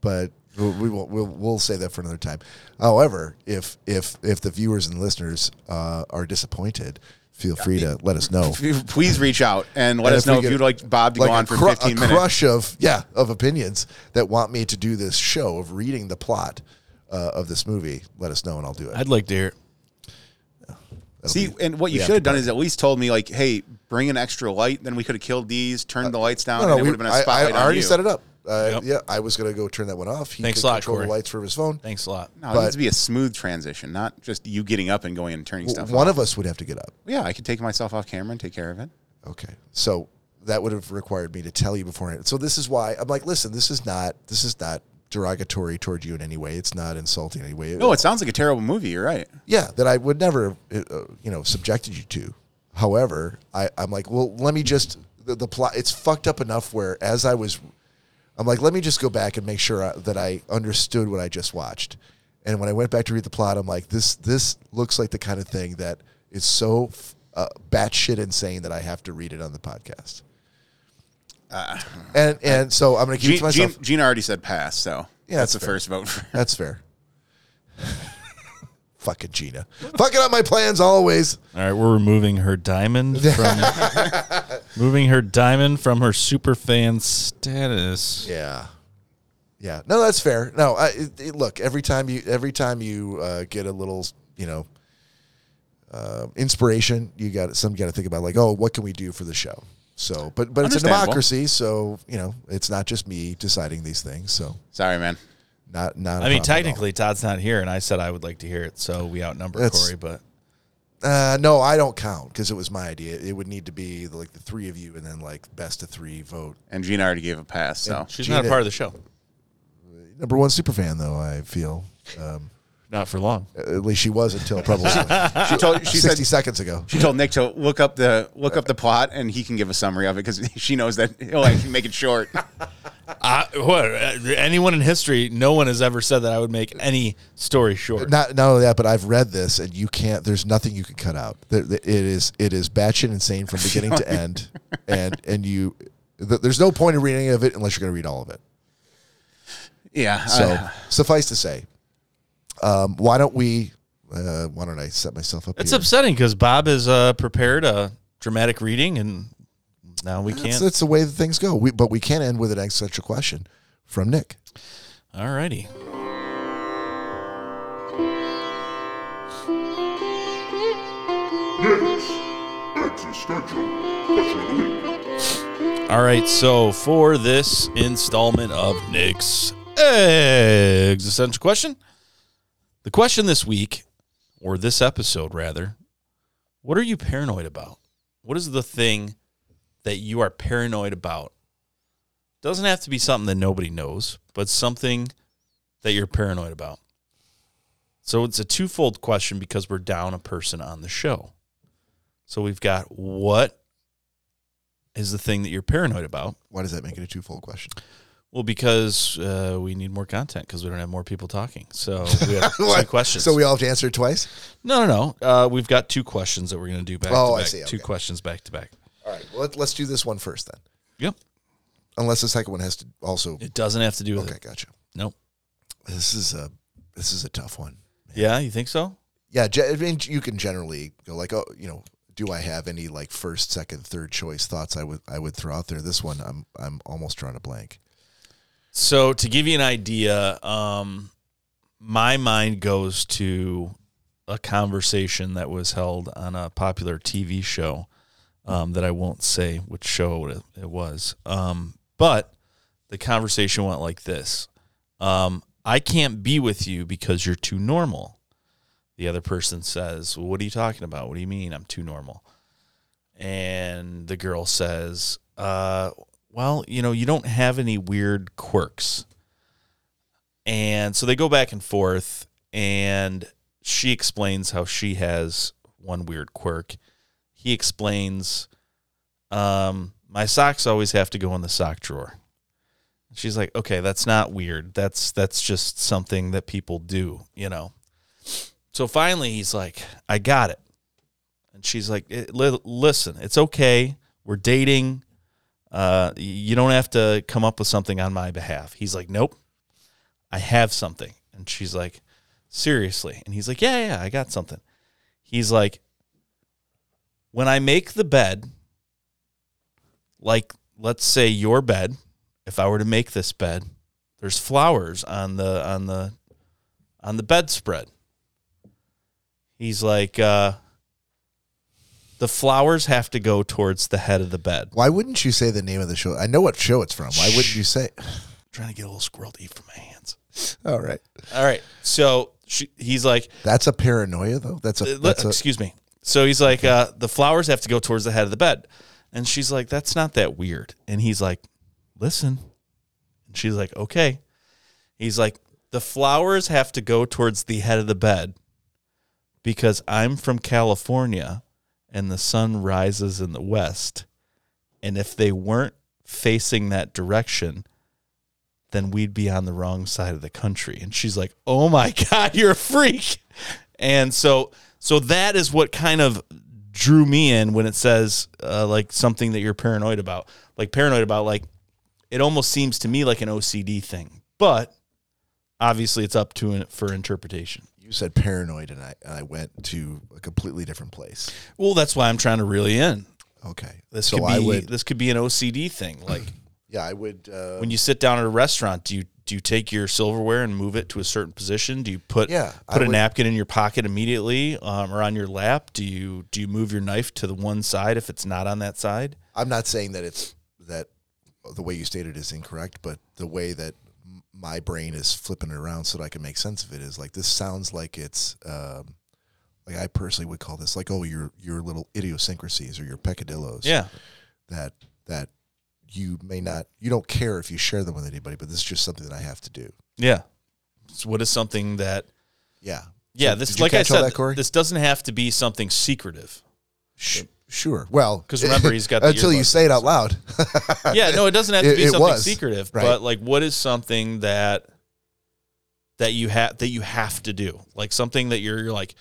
but we we will we'll, we'll save that for another time. However, if if if the viewers and listeners uh, are disappointed, feel free to let us know.
please reach out and let
And
us
we
know if
get,
you'd like Bob to
like
go on
a
for
cru-
15
a
minutes.
crush of yeah of opinions that want me to do this show of reading the plot uh, of this movie. Let us know and I'll do it.
I'd like to hear. it.
That'll
See,
be-
and what you
we have
should have
to
done is at least told me like, "Hey, bring an extra light." Then we could have killed these, turned the lights
Uh,
down,
No, no,
and it
we,
would have been
I-
a spotlight
I, already
on you.
set it up. Uh,
Yep.
Yeah, I was gonna go turn that one off. He
Thanks
could
a lot,
control the
Corey.
lights from his phone.
Thanks a lot.
No, it needs
but-
to be a smooth transition, not just you getting up and going and turning stuff.
One
off.
of us would have to get up.
yeah, I could take myself off camera and take care of it.
Okay, so that would have required me to tell you beforehand. So this is why I'm like, listen, this is not this is not derogatory toward you in any way. It's not insulting in any way.
No, Oh, it sounds like a terrible movie. You're right.
yeah, that I would never, uh, uh, you know, subjected you to. However, I, I'm like, well, let me just the, the plot. It's fucked up enough where as I was, I'm like, let me just go back and make sure I, that I understood what I just watched. And when I went back to read the plot, I'm like, this this looks like the kind of thing that is so uh, batshit insane that I have to read it on the podcast. and and so I'm gonna keep it
Gene,
to myself.
Gene- Gene already said pass, so
Yeah, that's
that's the
fair.
first vote. For *laughs*
That's fair. *laughs* Fucking Gina. Fucking up my plans always.
All right, we're removing her *laughs* diamond from moving her diamond from her super fan status.
Yeah. Yeah. No, that's fair. No, I, it, it- look, every time you every time you uh, get a little, you know, uh, inspiration, you got some got to think about like, oh, what can we do for the show? So, but but it's a
Understandable.
democracy, so you know, it's not just me deciding these things. So,
Sorry, man.
not not. a
I
problem at
mean,
all.
technically, Todd's not here, and I said I would like to hear it, so we outnumber
That's-
Corey. But
Uh, no, I don't count because it was my idea. It would need to be like the three of you, and then like best of three vote.
And Gene already gave a pass, so
she's
Gina-
not a part of the show,
Number one superfan, though I feel. Um,
not for long.
at least she was until
*laughs*
probably
she told she
sixty
said
seconds ago.
she told Nick to look up the look up the plot, and he can give a summary of it because *laughs* she knows that he'll like, make
*laughs*
it short.
I, what? Anyone in history, no one has ever said that I would make any story short.
Not not only that, but I've read this, and you can't. There's nothing you can cut out. There, there- it is it is batshit insane from beginning *laughs* to end, and and you. th- There's no point in reading any of it unless you're going to read all of it.
Yeah.
So
uh,
suffice to say, um, why don't we? Uh, why don't I set myself up?
It's
here?
upsetting because Bob has uh, prepared a dramatic reading, and now we
It's,
can't.
it's the way that things go. We, but we can end with an existential question from Nick.
All righty. All right, so for this installment of Nick's existential question, the question this week, or this episode rather, what are you paranoid about? What is the thing that you are paranoid about? Doesn't have to be something that nobody knows, but something that you're paranoid about. So it's a twofold question because we're down a person on the show. So we've got what is the thing that you're paranoid about?
Why does that make it a twofold question?
Well, because uh, we need more content because we don't have more people talking. So
*laughs*
we have two questions.
So we all have to answer it twice.
no, no, no. Uh, we've got two questions that we're going to do back
Oh,
to
I
back.
see.
Two
Okay.
questions back to back.
All right. Well, let, let's do this one first then.
Yep.
Unless the second one has to also.
It doesn't have to do with
Okay,
it.
gotcha.
Nope.
This is a this is a tough one.
Yeah, you think so?
Yeah, ge- I mean, you can generally go like, oh, you know, do I have any like first, second, third choice thoughts I would I would throw out there? This one I'm I'm almost drawing a blank.
So to give you an idea, um, my mind goes to a conversation that was held on a popular TV show um, that I won't say which show it, it was, um, but the conversation went like this: um, I can't be with you because you're too normal. The other person says, well, "What are you talking about? What do you mean I'm too normal?" And the girl says, uh, well, you know, you don't have any weird quirks. And so they go back and forth, and she explains how she has one weird quirk. He explains, um, my socks always have to go in the sock drawer. She's like, okay, that's not weird. That's that's just something that people do, you know. So finally, he's like, I got it. And she's like, "Eh, li- listen, it's okay. We're dating. Uh, y- you don't have to come up with something on my behalf. He's like, nope, I have something. And she's like, seriously. And he's like, yeah, yeah, I got something. He's like, when I make the bed, like, let's say your bed, if I were to make this bed, there's flowers on the, on the, on the bedspread. He's like, uh, the flowers have to go towards the head of the bed.
Why wouldn't you say the name of the show? I know what show it's from. Why wouldn't you say?
trying to get a little squirrel to eat from my hands.
All right,
*laughs* All right. So she, he's like,
that's a paranoia though. That's a
uh,
that's a
excuse me. So he's like, uh, the flowers have to go towards the head of the bed. And she's like, that's not that weird. And he's like, listen. And she's like, okay. He's like, the flowers have to go towards the head of the bed because I'm from California and the sun rises in the west. And if they weren't facing that direction, then we'd be on the wrong side of the country. And she's like, oh my *laughs* God, you're a freak. And so, so that is what kind of drew me in when it says uh, like something that you're paranoid about, like paranoid about, like it almost seems to me like an OCD thing, but obviously it's up to it for interpretation.
you said paranoid and I and I went to a completely different place.
Well, that's why I'm trying to really in.
Okay,
This
so
could be,
I would
this could be an OCD thing. Like
yeah I would uh,
when you sit down at a restaurant, do you do you take your silverware and move it to a certain position? Do you put
Yeah,
put
I
a
would-
napkin in your pocket immediately um, or on your lap? Do you do you move your knife to the one side if it's not on that side?
I'm not saying that it's that the way you stated is incorrect, but the way that m- my brain is flipping it around so that I can make sense of it is like this sounds like it's um, like I personally would call this like oh your your little idiosyncrasies or your peccadillos
Yeah,
that that you may not you don't care if you share them with anybody, but this is just something that I have to do.
yeah. So what is something that?
Yeah,
Yeah,
So
this
did you
like I
catch all
said,
that, Corey?
this doesn't have to be something secretive.
Sh- sure. Well,
'Cause remember, he's got
*laughs*
the
until you
earbuds,
say it out loud. *laughs*
yeah, no, it doesn't have to
It-
be
it
something
was,
secretive,
right.
but like what is something that that you have that you have to do? Like something that you're you're like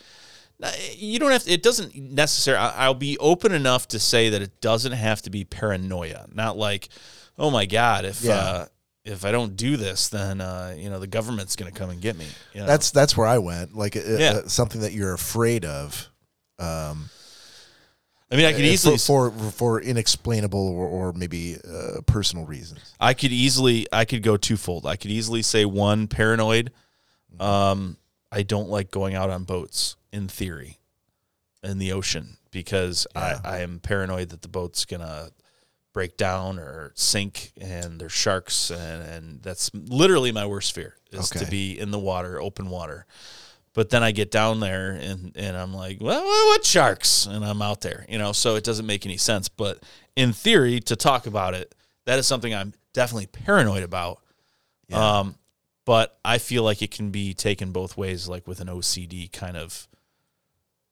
"Nah, you don't have to, it doesn't necessarily I'll be open enough to say that it doesn't have to be paranoia. Not like, oh my god, if
Yeah.
uh if I don't do this, then uh, you know the government's going to come and get me. You know?
That's that's where I went. Like uh,
Yeah.
uh, something that you're afraid of. Um,
I mean, I could
Uh,
easily
for for, for inexplainable or, or maybe uh, personal reasons.
I could easily I could go twofold. I could easily say one paranoid. Um, I don't like going out on boats in theory, in the ocean because I, I am paranoid that the boat's gonna break down or sink and there's sharks and, and that's literally my worst fear is
Okay.
to be in the water, open water. But then I get down there and, and I'm like, well, well, what sharks? And I'm out there, you know, so it doesn't make any sense. But in theory, to talk about it, that is something I'm definitely paranoid about. Um, but I feel like it can be taken both ways, like with an OCD kind of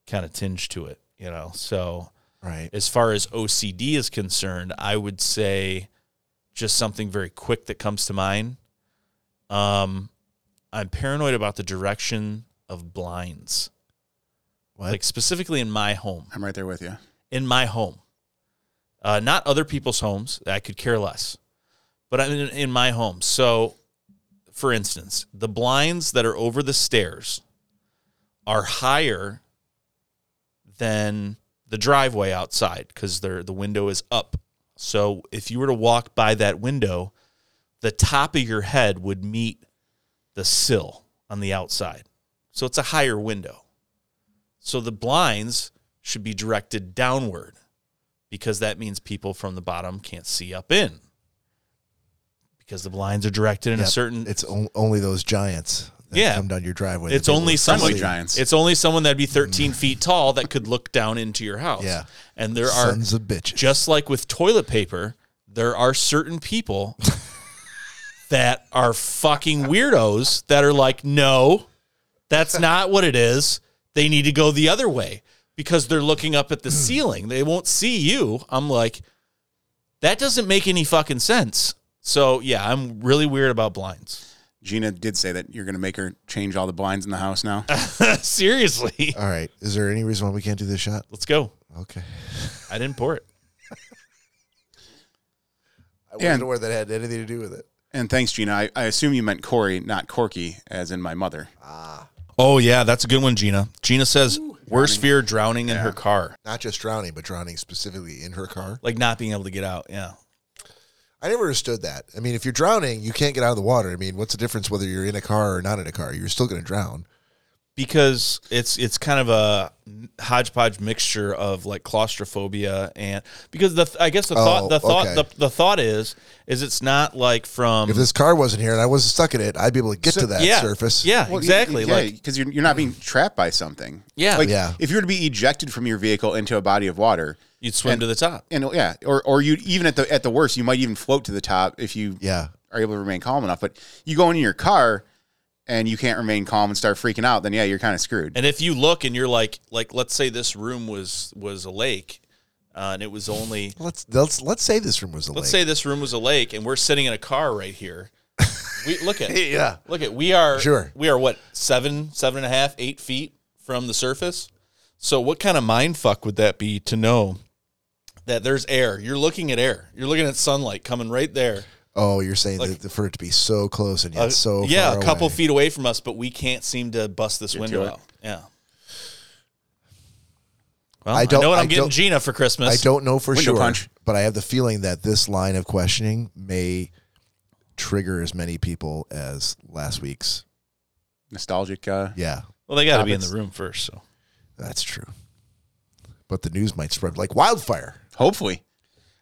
kind of tinge to it, you know. So
Right.
as far as OCD is concerned, I would say just something very quick that comes to mind. Um, I'm paranoid about the direction of blinds,
What?
like specifically in my home.
I'm right there with you.
In my home, uh, not other people's homes. I could care less, but I'm in, in my home. So, for instance, the blinds that are over the stairs are higher than the driveway outside because the window is up. So if you were to walk by that window, the top of your head would meet the sill on the outside. So it's a higher window. So the blinds should be directed downward because that means people from the bottom can't see up in because the blinds are directed in a
Yep.
certain
It's on- only those giants that
Yeah.
come down your driveway. that
it's
people
only
can
someone
see.
giants.
It's only someone that'd be 13 feet tall that could look down into your house.
Yeah.
and there are
sons of bitches.
just like with toilet paper, there are
*laughs*
certain people that are fucking weirdos that are like, no, that's not what it is. They need to go the other way because they're looking up
Hmm.
at the ceiling. They won't see you. I'm like, that doesn't make any fucking sense. So yeah, I'm really weird
*laughs*
about blinds.
Gina did say that you're going to make her change all the blinds in the house now. *laughs*
Seriously.
All right. Is there any reason why we can't do this shot?
Let's go.
Okay.
I didn't pour it.
I
Yeah,
wasn't
and-
aware that had anything to do with it.
and thanks, Gina. I, I assume you meant Corey, not Corky, as in my mother.
Oh yeah, that's a good one, Gina. Gina says worst fear drowning in her car.
Not just drowning, but drowning specifically in her car.
Like not being able to get out. Yeah.
I never understood that. I mean, if you're drowning, you can't get out of the water. I mean, what's the difference whether you're in a car or not in a car? You're still going to drown.
Because it's it's kind of a hodgepodge mixture of like claustrophobia and because the I guess the thought the thought
Oh, okay.
the, the thought is is it's not like from
If this car wasn't here and I wasn't stuck in it, I'd be able to get to that
yeah,
surface.
Yeah, exactly.
Yeah,
like
because you're, you're not being trapped by something.
Yeah.
Like,
Yeah.
If you were to be ejected from your vehicle into a body of water,
you'd swim
and-
to the top.
and yeah, or or you even at the at the worst, you might even float to the top if you
Yeah.
are able to remain calm enough. But you go in your car and you can't remain calm and start freaking out, then yeah, you're kind of screwed.
And if you look and you're like like let's say this room was was a lake uh, and it was only
Let's let's let's say this room was a
let's say
lake.
this room was a lake and we're sitting in a car right here. We
*laughs*
look *laughs* at
yeah.
Look at we are
Sure.
we are what seven seven and a half eight feet from the surface. So what kind of mind fuck would that be to know that there's air? You're looking at air. You're looking at sunlight coming right there.
Oh, you're saying
Like-
that for it to be so close and yet
Uh,
so
yeah,
far
a couple
away.
feet away from us, but we can't seem to bust this window
it.
out. Yeah. Well,
I
I
don't-
don't know what
I
I'm getting
don't-
Gina for
I
Christmas.
don't know for
Window
sure,
punch.
but I have the feeling that this line of questioning may trigger as many people as last week's.
Nostalgic. Uh,
Yeah,
Well, they got to be in the
Topics.
room first. So
that's true. But the news might spread like wildfire.
Hopefully,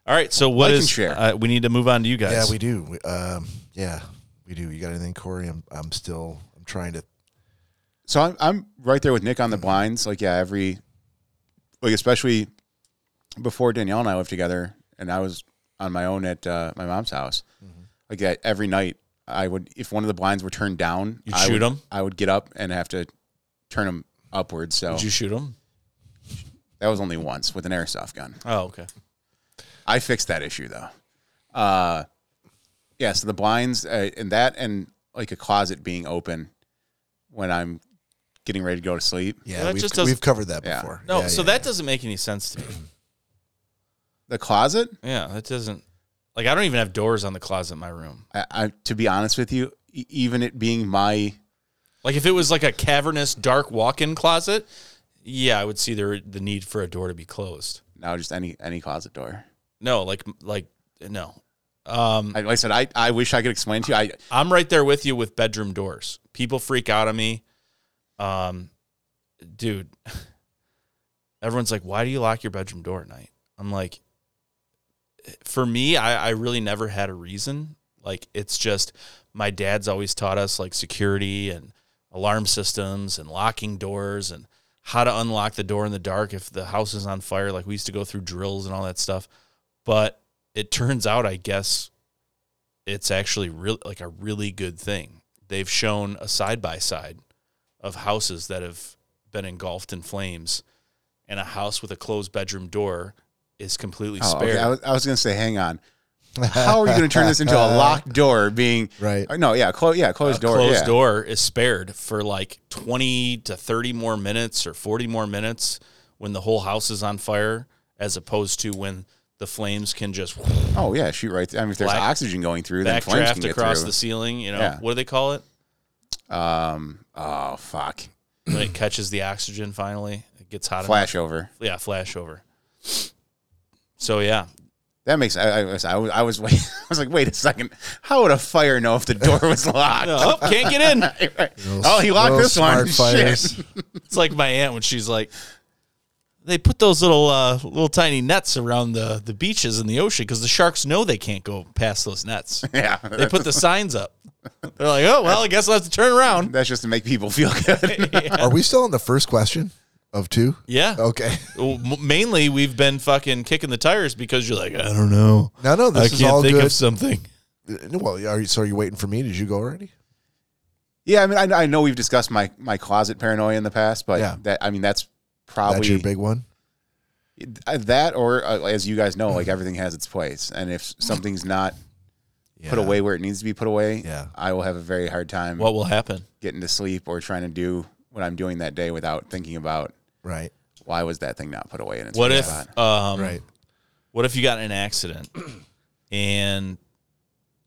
all right. So what
Like and
is-
share.
Uh, we need to move on to you guys.
Yeah, we do. We, um, yeah, we do. You got anything, Corey? I'm, I'm still. I'm trying to.
so I'm I'm right there with Nick on
Mm-hmm.
the blinds. Like yeah, every like especially before Danielle and I lived together, and I was on my own at uh, my mom's house.
Mm-hmm.
Like yeah, every night, I would if one of the blinds were turned down,
You'd
I
shoot
would-
'em?
I would get up and have to turn them upwards. So
Did you shoot him?
that was only once with an airsoft gun.
Oh, okay.
I fixed that issue though. Uh, yeah, so the blinds uh, and that, and like a closet being open when I'm getting ready to go to sleep.
Yeah,
that
we've,
just doesn't-
we've covered that
Yeah.
before.
No,
Yeah,
so
yeah,
that doesn't make any sense to me.
The closet,
Yeah, that doesn't. Like, I don't even have doors on the closet in my room.
I, I to be honest with you, e- even it being my
Like, if it was like a cavernous, dark walk-in closet, yeah, I would see the the need for a door to be closed.
now just any any closet door.
No, like like no. Um,
I, like I said, I, I wish I could explain to you. I
I'm right there with you with bedroom doors. People freak out on me. Um, dude, *laughs* everyone's like, "Why do you lock your bedroom door at night?" I'm like, for me, I, I really never had a reason. Like, it's just my dad's always taught us like security and alarm systems and locking doors and how to unlock the door in the dark if the house is on fire. Like, we used to go through drills and all that stuff. But it turns out, I guess, it's actually really like a really good thing. They've shown a side by side of houses that have been engulfed in flames, and a house with a closed bedroom door is completely
oh,
spared.
okay, I was, I was gonna say, hang on. How are you gonna turn this into a *laughs* locked door being
Right.
or No, yeah, close, yeah, closed
a
door,
closed
yeah.
door is spared for like 20 to 30 more minutes or 40 more minutes when the whole house is on fire as opposed to when the flames can just
Oh yeah, shoot right. There. I mean, if there's
Black-
oxygen going through, then flames can
backdraft
get
across
through.
the ceiling you know
Yeah.
what do they call it
Um. Oh fuck.
when it catches the oxygen finally. It gets hot enough.
Flash over.
Yeah, flashover. So yeah,
That makes I, I was I was I was, wait, *laughs* I was like wait a second how would a fire know if the *laughs* door was locked
*laughs* oh, can't get
*laughs*
in.
oh he locked
Those
this one
smart
Shit.
It's like my aunt when she's like, they put those little uh, little tiny nets around the the beaches in the ocean because the sharks know they can't go past those nets.
*laughs* yeah
They put the signs up. They're like, oh well, I guess I'll have to turn around.
that's just to make people feel
*laughs*
good
Are we still on the first question of two?
Yeah.
Okay.
Well, m- Mainly, we've been fucking kicking the tires because you're like, I don't know.
No, no, this
I
is all
can't think
good.
of something.
Uh, well, are you, so are you waiting for me? Did you go already?
yeah I mean I, I know we've discussed my my closet paranoia in the past but
Yeah.
that I mean that's
That's your
probably
big one.
Uh, that or uh, as you guys know like
Mm.
everything has its place and if something's not put away where it needs to be put away
Yeah.
I will have a very hard time
What will happen?
getting to sleep or trying to do what I'm doing that day without thinking about
Right.
why was that thing not put away in its
What
right
if?
spot?
Um,
Right.
What if you got in an accident *clears throat* and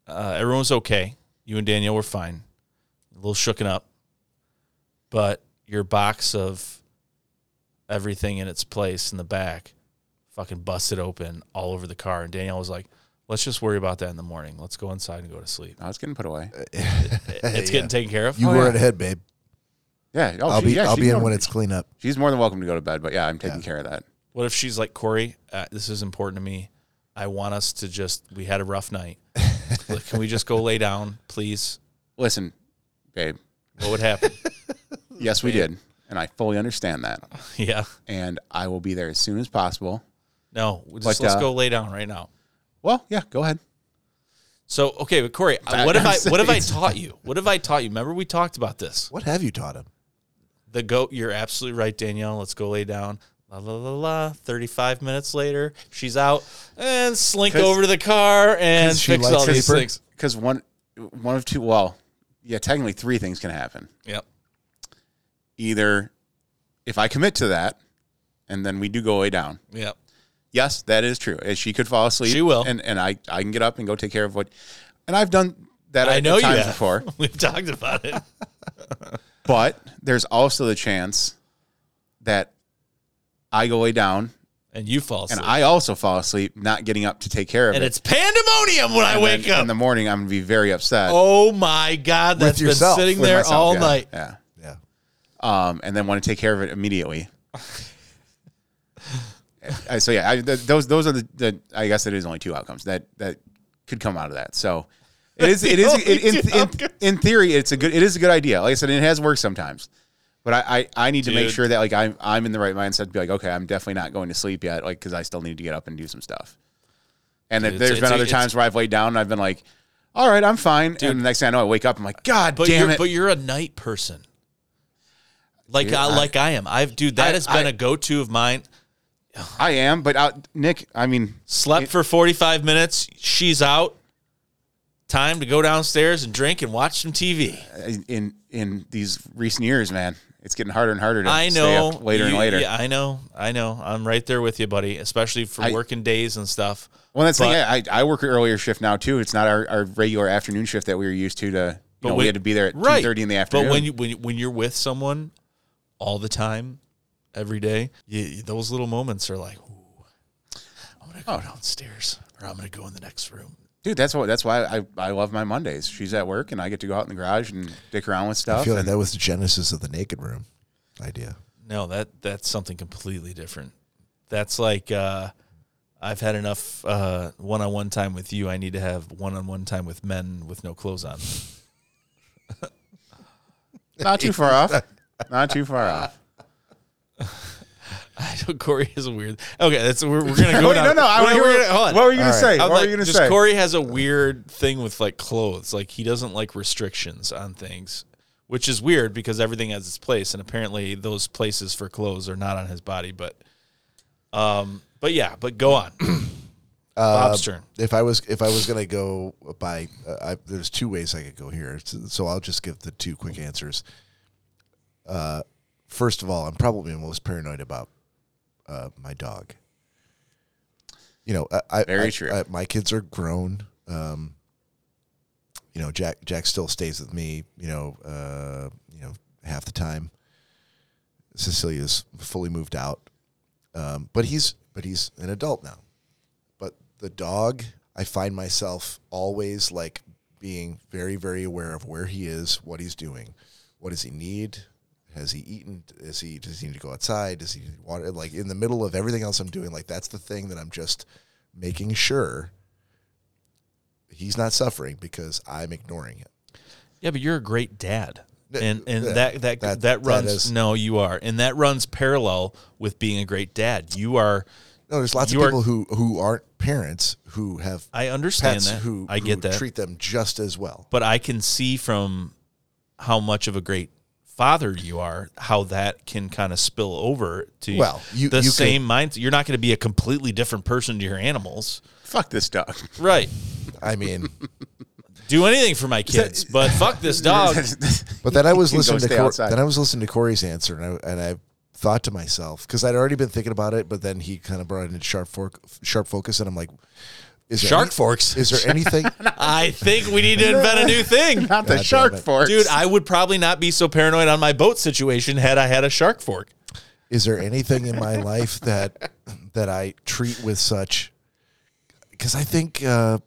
uh, everyone was okay? You and Danielle were fine, a little shooken up, but your box of everything in its place in the back fucking busted open all over the car. And Danielle was like, let's just worry about that in the morning. Let's go inside and go
*laughs*
to sleep.
Oh, it's getting put away.
Uh,
It's
Yeah.
getting taken care of.
You
Oh,
were *laughs*
yeah.
ahead, babe.
Yeah, oh,
I'll
she-
be
yeah,
I'll
she
be
can
in
go-
when it's clean up.
She's more than welcome to go to bed, but yeah, I'm taking care of that.
What if she's like, Corey, uh, this is important to me. I want us to just, we had a rough
*laughs*
night. Like, Can we just go lay down, please?
Listen, babe.
What would happen? *laughs*
Yes, we did, and I fully understand that,
yeah.
and I will be there as soon as possible.
No, we just
But,
let's
uh,
go lay down right now.
Well, yeah, go ahead.
So okay, but Corey, uh, what have I what have I
it's-
taught you? What have I taught you? Remember we talked about this.
What have you taught him?
The goat. You're absolutely right, Danielle. Let's go lay down. La la la la. Thirty five minutes later, she's out and slink
'Cause-
over to the car and
'cause she
fix
likes
all these
paper.
things.
Because one, one of two. Well, yeah, technically three things can happen.
Yep.
Either if I commit to that, and then we do go way down.
Yep.
Yes, that is true. And she could fall asleep.
She will.
and and I I can get up and go take care of what. And I've done that.
I
at
know you
times
have.
before.
*laughs* We've talked about it.
But there's also the chance that I go way down
And you fall asleep.
and
And,
I also fall asleep, not getting up to take care of it.
it's pandemonium when I
And then
wake up.
in the morning. I'm gonna be very upset.
oh my god, that's been
yourself.
sitting
with
there
myself,
all
yeah,
night.
Yeah.
Yeah.
Um, and then want to take care of it immediately. *laughs* Uh, so yeah, I, th- those those are the, the I guess it is only two outcomes that that could come out of that. So it is it is
*laughs* only
it, in,
two
in,
outcomes.
in theory it's a good it is a good idea. Like I said, it has worked sometimes, but I I, I need to make
Dude.
sure that like I'm I'm in the right mindset to be like okay I'm definitely not going to sleep yet like because I still need to get up and do some stuff. And if
Dude,
there's
it's-
been
it's a-
other
it's-
times where I've laid down and I've been like, all right, I'm fine, and the next thing I know, I wake up, I'm like, God
But
damn
you're
it!
but you're a night person. Like
Dude,
I,
I-
like I am. I've dude, that
I-
has been
I-
a go to of mine.
I am, but out, Nick, I mean,
Slept for forty five minutes. She's out. Time to go downstairs and drink and watch some TV.
in in these recent years, man, it's getting harder and harder to
I
stay
know
up later and
you-
later.
Yeah, I know. I know. I'm right there with you, buddy. Especially for
I-
working days and stuff.
Well, that's the thing.
But-
I, I work an earlier shift now too. It's not our, our regular afternoon shift that we were used to. To you know, we
when-
had to be there at
right.
two thirty in the afternoon.
But when you when you, when you're with someone all the time, every day, you, you- those little moments are like, Ooh, I'm gonna
Oh.
go downstairs or I'm gonna go in the next room.
dude, that's what that's why I, I love my Mondays. She's at work and I get to go out in the garage and dick around with stuff.
I feel like
and-
that was the genesis of the naked room idea.
No, that that's something completely different. That's like uh, I've had enough uh, one-on-one time with you. I need to have one-on-one time with men with no clothes on.
not too far
*laughs*
off. Not too far off.
*laughs* I know Corey is a weird. Okay, that's we're,
*laughs*
we're gonna go
Wait,
down.
no, no. I
Wait,
wanna hear
we're
what-
gonna- hold on.
what were you
All
gonna
right.
say?
I'm
What
like,
were you gonna
just
say?
Corey has a weird thing with like clothes. Like he doesn't like restrictions on things, which is weird because everything has its place, and apparently those places for clothes are not on his body. But, um, but yeah, but
*clears throat*
go on. Bob's turn.
If I was if I was gonna go by, uh, I, there's two ways I could go here. So so I'll just give the two quick answers. Uh, first of all, I'm probably the most paranoid about uh, my dog. You know, I, I
Very
I-
true.
I- my kids are grown. Um, you know, Jack Jack still stays with me. You know, uh, you know half the time. Cecilia's fully moved out. Um, but he's but he's an adult now. But the dog, I find myself always like being very very aware of where he is, what he's doing, what does he need. Has he eaten? Is he does he need to go outside? Does he need water? Like in the middle of everything else I'm doing, like that's the thing that I'm just making sure he's not suffering because I'm ignoring him.
Yeah, but you're a great dad.
Th-
And and
yeah,
that that
that-
that,
that
runs
is-
no, you are. And that runs parallel with being a great dad. You are
No, there's lots
You
of
are-
people who who aren't parents who have
I understand
pets
that.
who
I get
who
that.
treat them just as well.
but I can see from how much of a great father you are, how that can kind of spill over to
Well, you-
the
you could-
same mindset. You're not going to be a completely different person to your animals,
Fuck this dog. *laughs*
right?
I mean,
Do anything for my kids, but fuck this dog.
but then I was
You can go
listening to
stay
Cor-
outside.
then I was listening to Corey's answer, and I and I thought to myself because I'd already been thinking about it, but then he kind of brought it in sharp fork, sharp focus, and I'm like, is there
Shark
any-
forks.
Is there
*laughs*
anything?
I think we need to invent a new thing.
Not the
God damn
shark
it.
forks.
Dude, I would probably not be so paranoid on my boat situation had I had a shark fork.
is there anything in my life that that I treat with such because I think uh,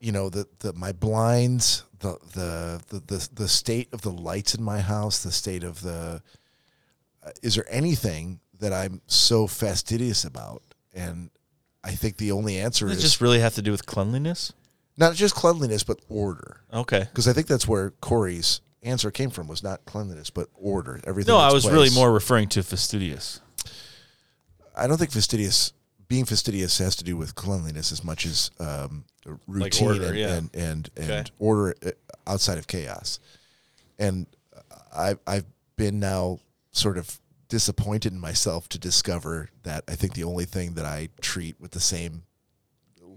you know the, the my blinds the, the the the the state of the lights in my house the state of the uh, is there anything that I'm so fastidious about and I think the only answer
Does
is
it just really have to do with cleanliness?
not just cleanliness but order
Okay.
because I think that's where Corey's answer came from was not cleanliness but order everything
No,
in
I
its
was really
place.
more referring to fastidious.
I don't think fastidious being fastidious has to do with cleanliness as much as um, routine
order,
and,
yeah.
and and and
Okay.
order uh, outside of chaos. And I I've been now sort of disappointed in myself to discover that I think the only thing that I treat with the same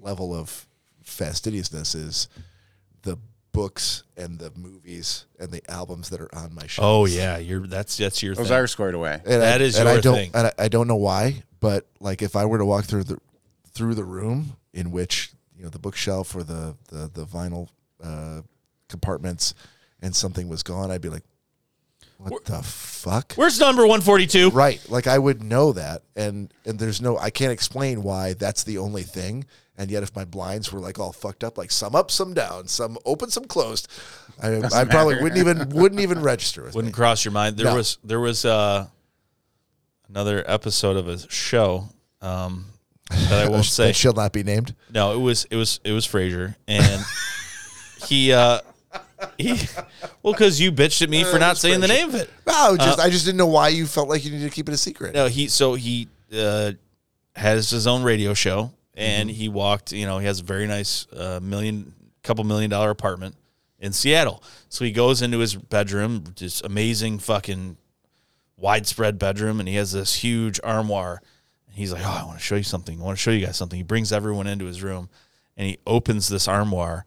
level of fastidiousness is the books and the movies and the albums that are on my shelf.
Oh yeah, you're that's that's your
Those
thing.
are squared away.
And
That
I,
is
and I
your
don't,
thing.
And I, I don't know why, but like if I were to walk through the through the room in which you know the bookshelf or the the the vinyl uh, compartments, and something was gone, I'd be like, "What the fuck?"
Where's number 142?
Right? Like I would know that, and and there's no, I can't explain why that's the only thing. And yet, if my blinds were like all fucked up, like some up, some down, some open, some closed, I, I probably wouldn't even wouldn't even register. With
Wouldn't
me.
cross your mind. There
No.
was there was uh another episode of a show um that *laughs* I won't say.
That shall not be named.
No, it was it was it was Frasier, *laughs* and he uh he well because you bitched at me for not saying the name of it.
No, just I just didn't know why you felt like you needed to keep it a secret.
Uh, No, he so he uh has his own radio show, and he walked. You know, he has a very nice uh, million couple million dollar apartment in Seattle. So he goes into his bedroom, just amazing fucking widespread bedroom, and he has this huge armoire. And he's like, "Oh, I want to show you something. I want to show you guys something." He brings everyone into his room, and he opens this armoire,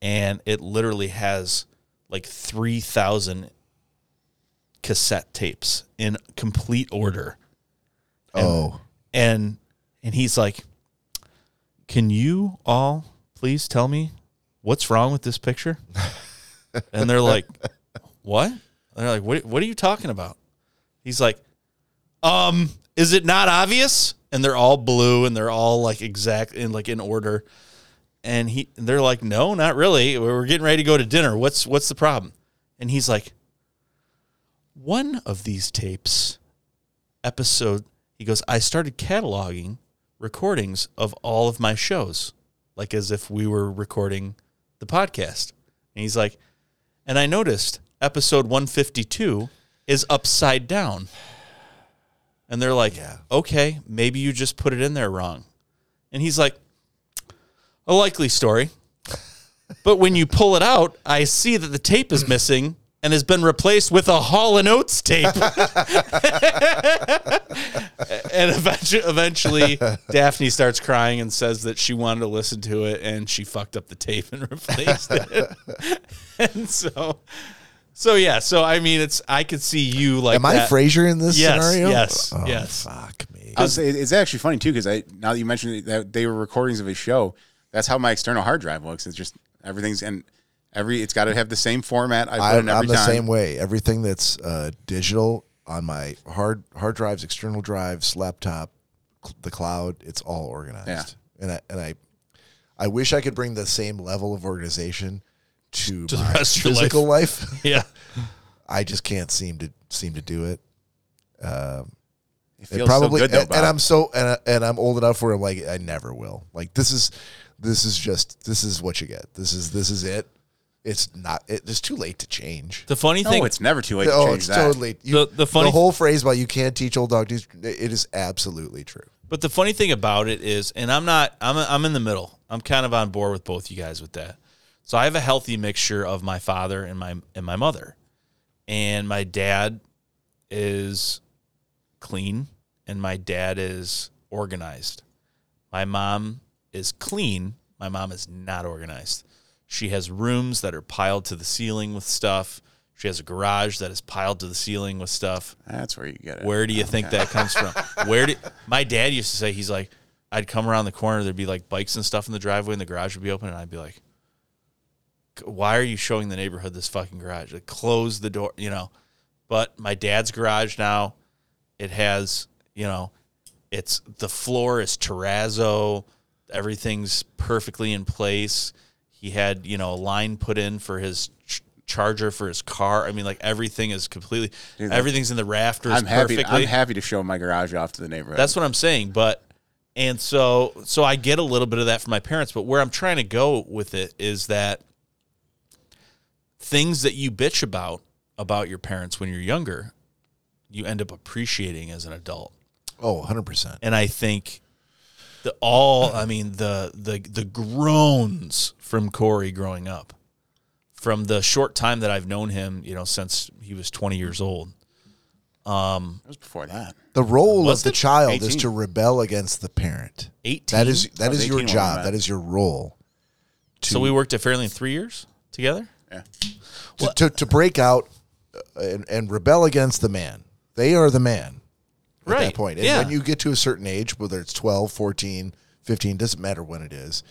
and it literally has like three thousand cassette tapes in complete order.
Oh,
And and he's like, "Can you all please tell me what's wrong with this picture?" and they're like, "What?" And they're like, "What what are you talking about?" He's like, "Um, is it not obvious?" And they're all blue and they're all like exact in like in order. And he and they're like, "No, not really. We're getting ready to go to dinner. What's what's the problem?" And he's like, "One of these tapes episode he goes i started cataloging recordings of all of my shows like as if we were recording the podcast and he's like and i noticed episode 152 is upside down and they're like okay maybe you just put it in there wrong and he's like a
*laughs*
likely story but when you pull it out i see that the tape is missing and has been replaced with a Hall and
*laughs*
Oates tape and eventually, eventually Daphne starts crying and says that she wanted to listen to it and she fucked up the tape and *laughs* replaced it. *laughs* and so, so yeah, so I mean, it's I could see you like
am I
that.
Frasier in this
Yes,
scenario?
yes,
Oh,
yes.
Fuck me.
I would say it's actually funny too because I now that you mentioned it, that they were recordings of his show. That's how my external hard drive looks. It's just everything's and every it's got to have the same format I put
I'm,
in every
I'm the
time.
same way. Everything that's uh, digital on my hard hard drives, external drives, laptop, cl- the cloud. It's all organized, and I and I, I wish I could bring the same level of organization to,
To the
my
rest of your
physical life. *laughs*
Yeah.
I just can't seem to seem to do it.
It
It
feels
probably
so good though,
and,
Bob.
and I'm so and, I, and I'm old enough where I'm like I never will. Like this is this is just this is what you get. This is this is it. It's not. It, it's too late to change.
The funny thing
no, it's never too late to
oh,
change
it's
that.
totally you-
The- the funny-
whole phrase about you can't teach old dog. new- It is absolutely true.
But the funny thing about it is, and I'm not, I'm, I'm in the middle. I'm kind of on board with both you guys with that. So I have a healthy mixture of my father and my and my mother, and my dad is clean, and my dad is organized. My mom is clean. My mom is not organized. She has rooms that are piled to the ceiling with stuff. She has a garage that is piled to the ceiling with stuff.
That's where you get it.
Where do you think that comes from?
*laughs*
Where did my dad used to say he's like, I'd come around the corner, there'd be like bikes and stuff in the driveway, and the garage would be open, and I'd be like, Why are you showing the neighborhood this fucking garage? Like, close the door, you know. But my dad's garage now, it has, you know, it's the floor is terrazzo, everything's perfectly in place. He had, you know, a line put in for his ch- charger for his car. I mean, like everything is completely,
that-
everything's in the rafters
I'm happy.
perfectly.
I'm happy to show my garage off to the neighborhood.
That's what I'm saying. But and so so I get a little bit of that from my parents. But where I'm trying to go with it is that things that you bitch about about your parents when you're younger, you end up appreciating as an adult.
Oh, 100 percent.
And I think the all I mean the the the groans from Corey growing up. From the short time that I've known him, you know, since he was 20 years old,
That was before that.
The role of the
it?
child is
18.
to rebel against the parent.
18.
That is
I
that
was
is your
18 when we
job.
met.
That is your role.
so we worked at Fairlane three years together.
Yeah.
to, to, to break out uh, and, and rebel against the man. They are the man at
Right,
that point. And
yeah.
when you get to a certain age, whether it's 12, 14, 15, doesn't matter when it is,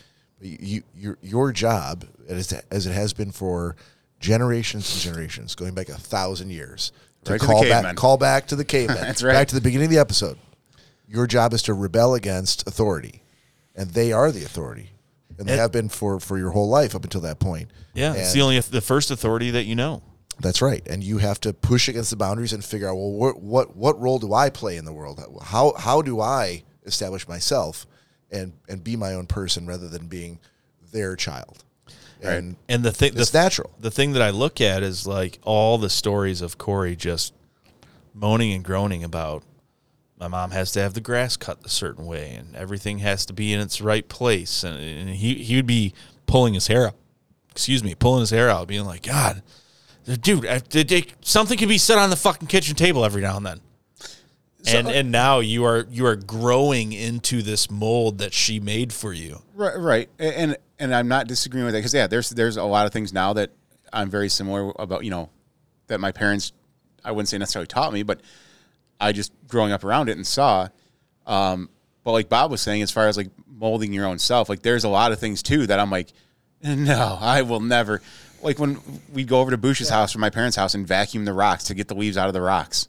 you, your, your job, as, as it has been for generations and generations, going back a thousand years, to
Right to the
call back
cavemen.
call back
*laughs*
to the caveman.
That's right.
Back to the beginning of the episode. Your job is to rebel against authority, and they are the authority, and they
And-
have been for, for your whole life up until that point.
Yeah, it's
And-
the only the first authority that you know.
that's right, and you have to push against the boundaries and figure out well, what what what role do I play in the world? How how do I establish myself and and be my own person rather than being their child? And
And the thing,
it's
the,
natural.
the thing that I look at is like all the stories of Corey just moaning and groaning about my mom has to have the grass cut a certain way and everything has to be in its right place. And, and he he would be pulling his hair out, excuse me, pulling his hair out, being like, God, dude, I, they, they- something could be set on the fucking kitchen table every now and then. and and now you are you are growing into this mold that she made for you.
Right, right, A- and and I'm not disagreeing with that because yeah, there's there's a lot of things now that I'm very similar about. You know, that my parents, I wouldn't say necessarily taught me, but I just growing up around it and saw. Um, but like Bob was saying, as far as like molding your own self, like there's a lot of things too that I'm like, no, I will never. Like when we go over to Bush's house or my parents' house and vacuum the rocks to get the leaves out of the rocks.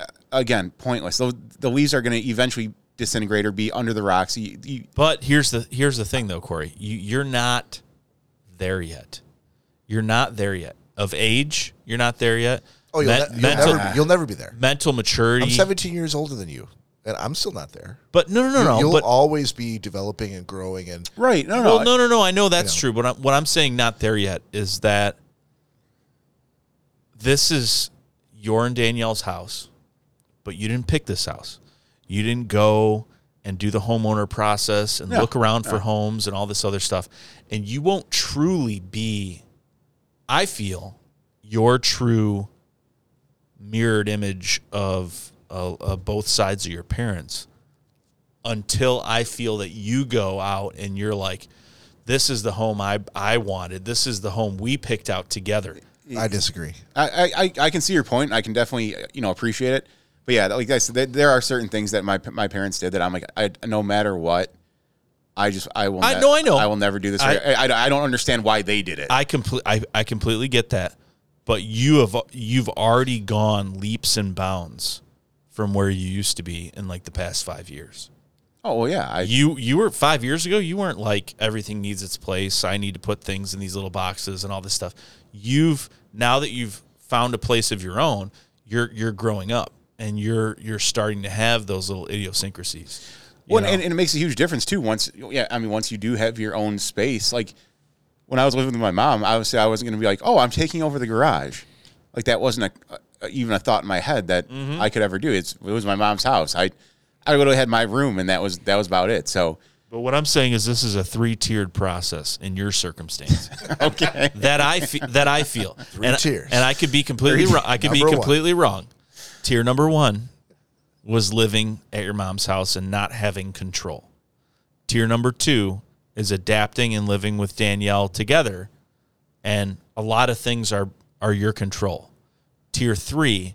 Uh, Again, pointless. The, the leaves are going to eventually disintegrate or be under the rocks. You- you,
But here's the here's the thing though, Corey. You you're not there yet. You're not there yet. Of age, you're not there yet.
Oh, you'll,
Me-
ne- you'll
mental,
never you'll never be there.
mental maturity.
I'm 17 years older than you, and I'm still not there.
But no, no, no, no.
you'll
But
always be developing and growing, and
Right. No, no.
well, no, no, no. I know that's
know.
true. But I'm, what I'm saying, not there yet, is that this is your and Danielle's house, but you didn't pick this house. You didn't go and do the homeowner process and
No,
look around for homes and all this other stuff. And you won't truly be, I feel, your true mirrored image of uh, uh, both sides of your parents until I feel that you go out and you're like, this is the home I, I wanted. This is the home we picked out together.
I disagree.
I, I, I can see your point. I can definitely, you know, appreciate it. But yeah, like I said, there- there are certain things that my my parents did that I'm like, I no matter what, I just I will.
I- no, I know.
I will never do this.
I-
I, I, I don't understand why they did it.
I complete I, I completely get that. but you have you've already gone leaps and bounds from where you used to be in like the past five years.
Oh well, yeah. I,
You you were five years ago. You weren't like everything needs its place. I need to put things in these little boxes and all this stuff. You've now that you've found a place of your own. You're you're growing up and you're you're starting to have those little idiosyncrasies. you
Well,
know?
and, and it makes a huge difference too. Once, yeah, I mean, once you do have your own space, like when I was living with my mom, obviously I wasn't going to be like, oh, I'm taking over the garage. Like that wasn't a, a, even a thought in my head that
Mm-hmm.
I could ever do. It's, it was my mom's house. I, I literally had my room, and that was that was about it. So, *laughs*
But what I'm saying is this is a three-tiered process in your circumstance.
okay,
that I fe- that I
*laughs*
feel. Three and,
tiers.
And I could be completely wrong. I could be
Number one.
completely wrong. Tier number one was living at your mom's house and not having control. Tier number two is adapting and living with Danielle together, and a lot of things are are your control. Tier three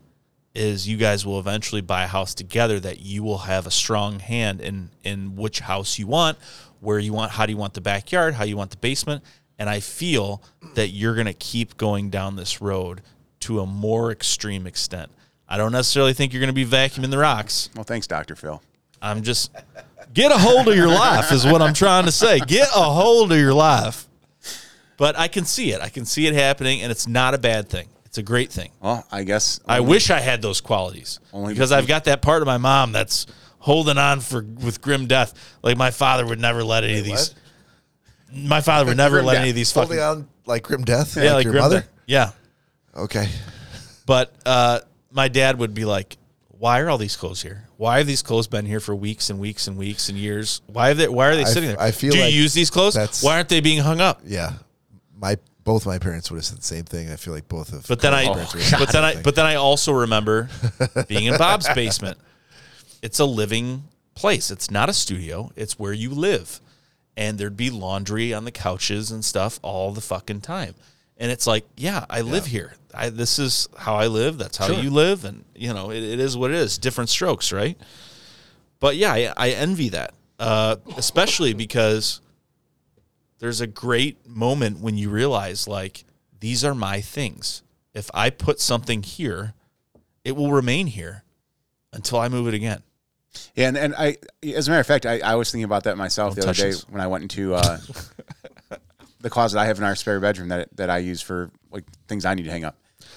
is you guys will eventually buy a house together that you will have a strong hand in in which house you want, where you want, how do you want the backyard, how you want the basement, and I feel that you're going to keep going down this road to a more extreme extent. I don't necessarily think you're going to be vacuuming the rocks.
well, thanks, Doctor Phil.
I'm just get a hold of your life is what I'm trying to say. Get a hold of your life. But I can see it. I can see it happening and it's not a bad thing. It's a great thing.
Well, I guess
I wish I had those qualities
Only
because I've got that part of my mom that's holding on for with grim death. Like my father would never let any of these. My father
*laughs*
would never
Grim
let
death.
any of these fucking
Holding on like grim death.
yeah, like
your
grim
mother.
death. Yeah,
Okay.
but uh, my dad would be like, "Why are all these clothes here? Why have these clothes been here for weeks and weeks and weeks and years? Why have they? Why are they
I
sitting
f-
there?
I feel
Do
like
you use these clothes?
that's-
Why aren't they being hung up?
Yeah. My both my parents would have said the same thing. I feel like both of.
But then I,
Colin's parents would have said
but
the
then
same
I,
thing.
but then I also remember being in Bob's basement. It's a living place. It's not a studio. It's where you live, and there'd be laundry on the couches and stuff all the fucking time. And it's like, yeah, I live here. I this is how I live. That's how you live, and you know it, it is what it is. Different strokes, right? But yeah, I, I envy that, uh, especially because there's a great moment when you realize like these are my things. If I put something here, it will remain here until I move it again.
Yeah, and, and I, as a matter of fact, I, I was thinking about that myself
Don't
the
touch
other day
this.
when I went into
*laughs*
uh, the closet I have in our spare bedroom that that I use for like things I need to hang up.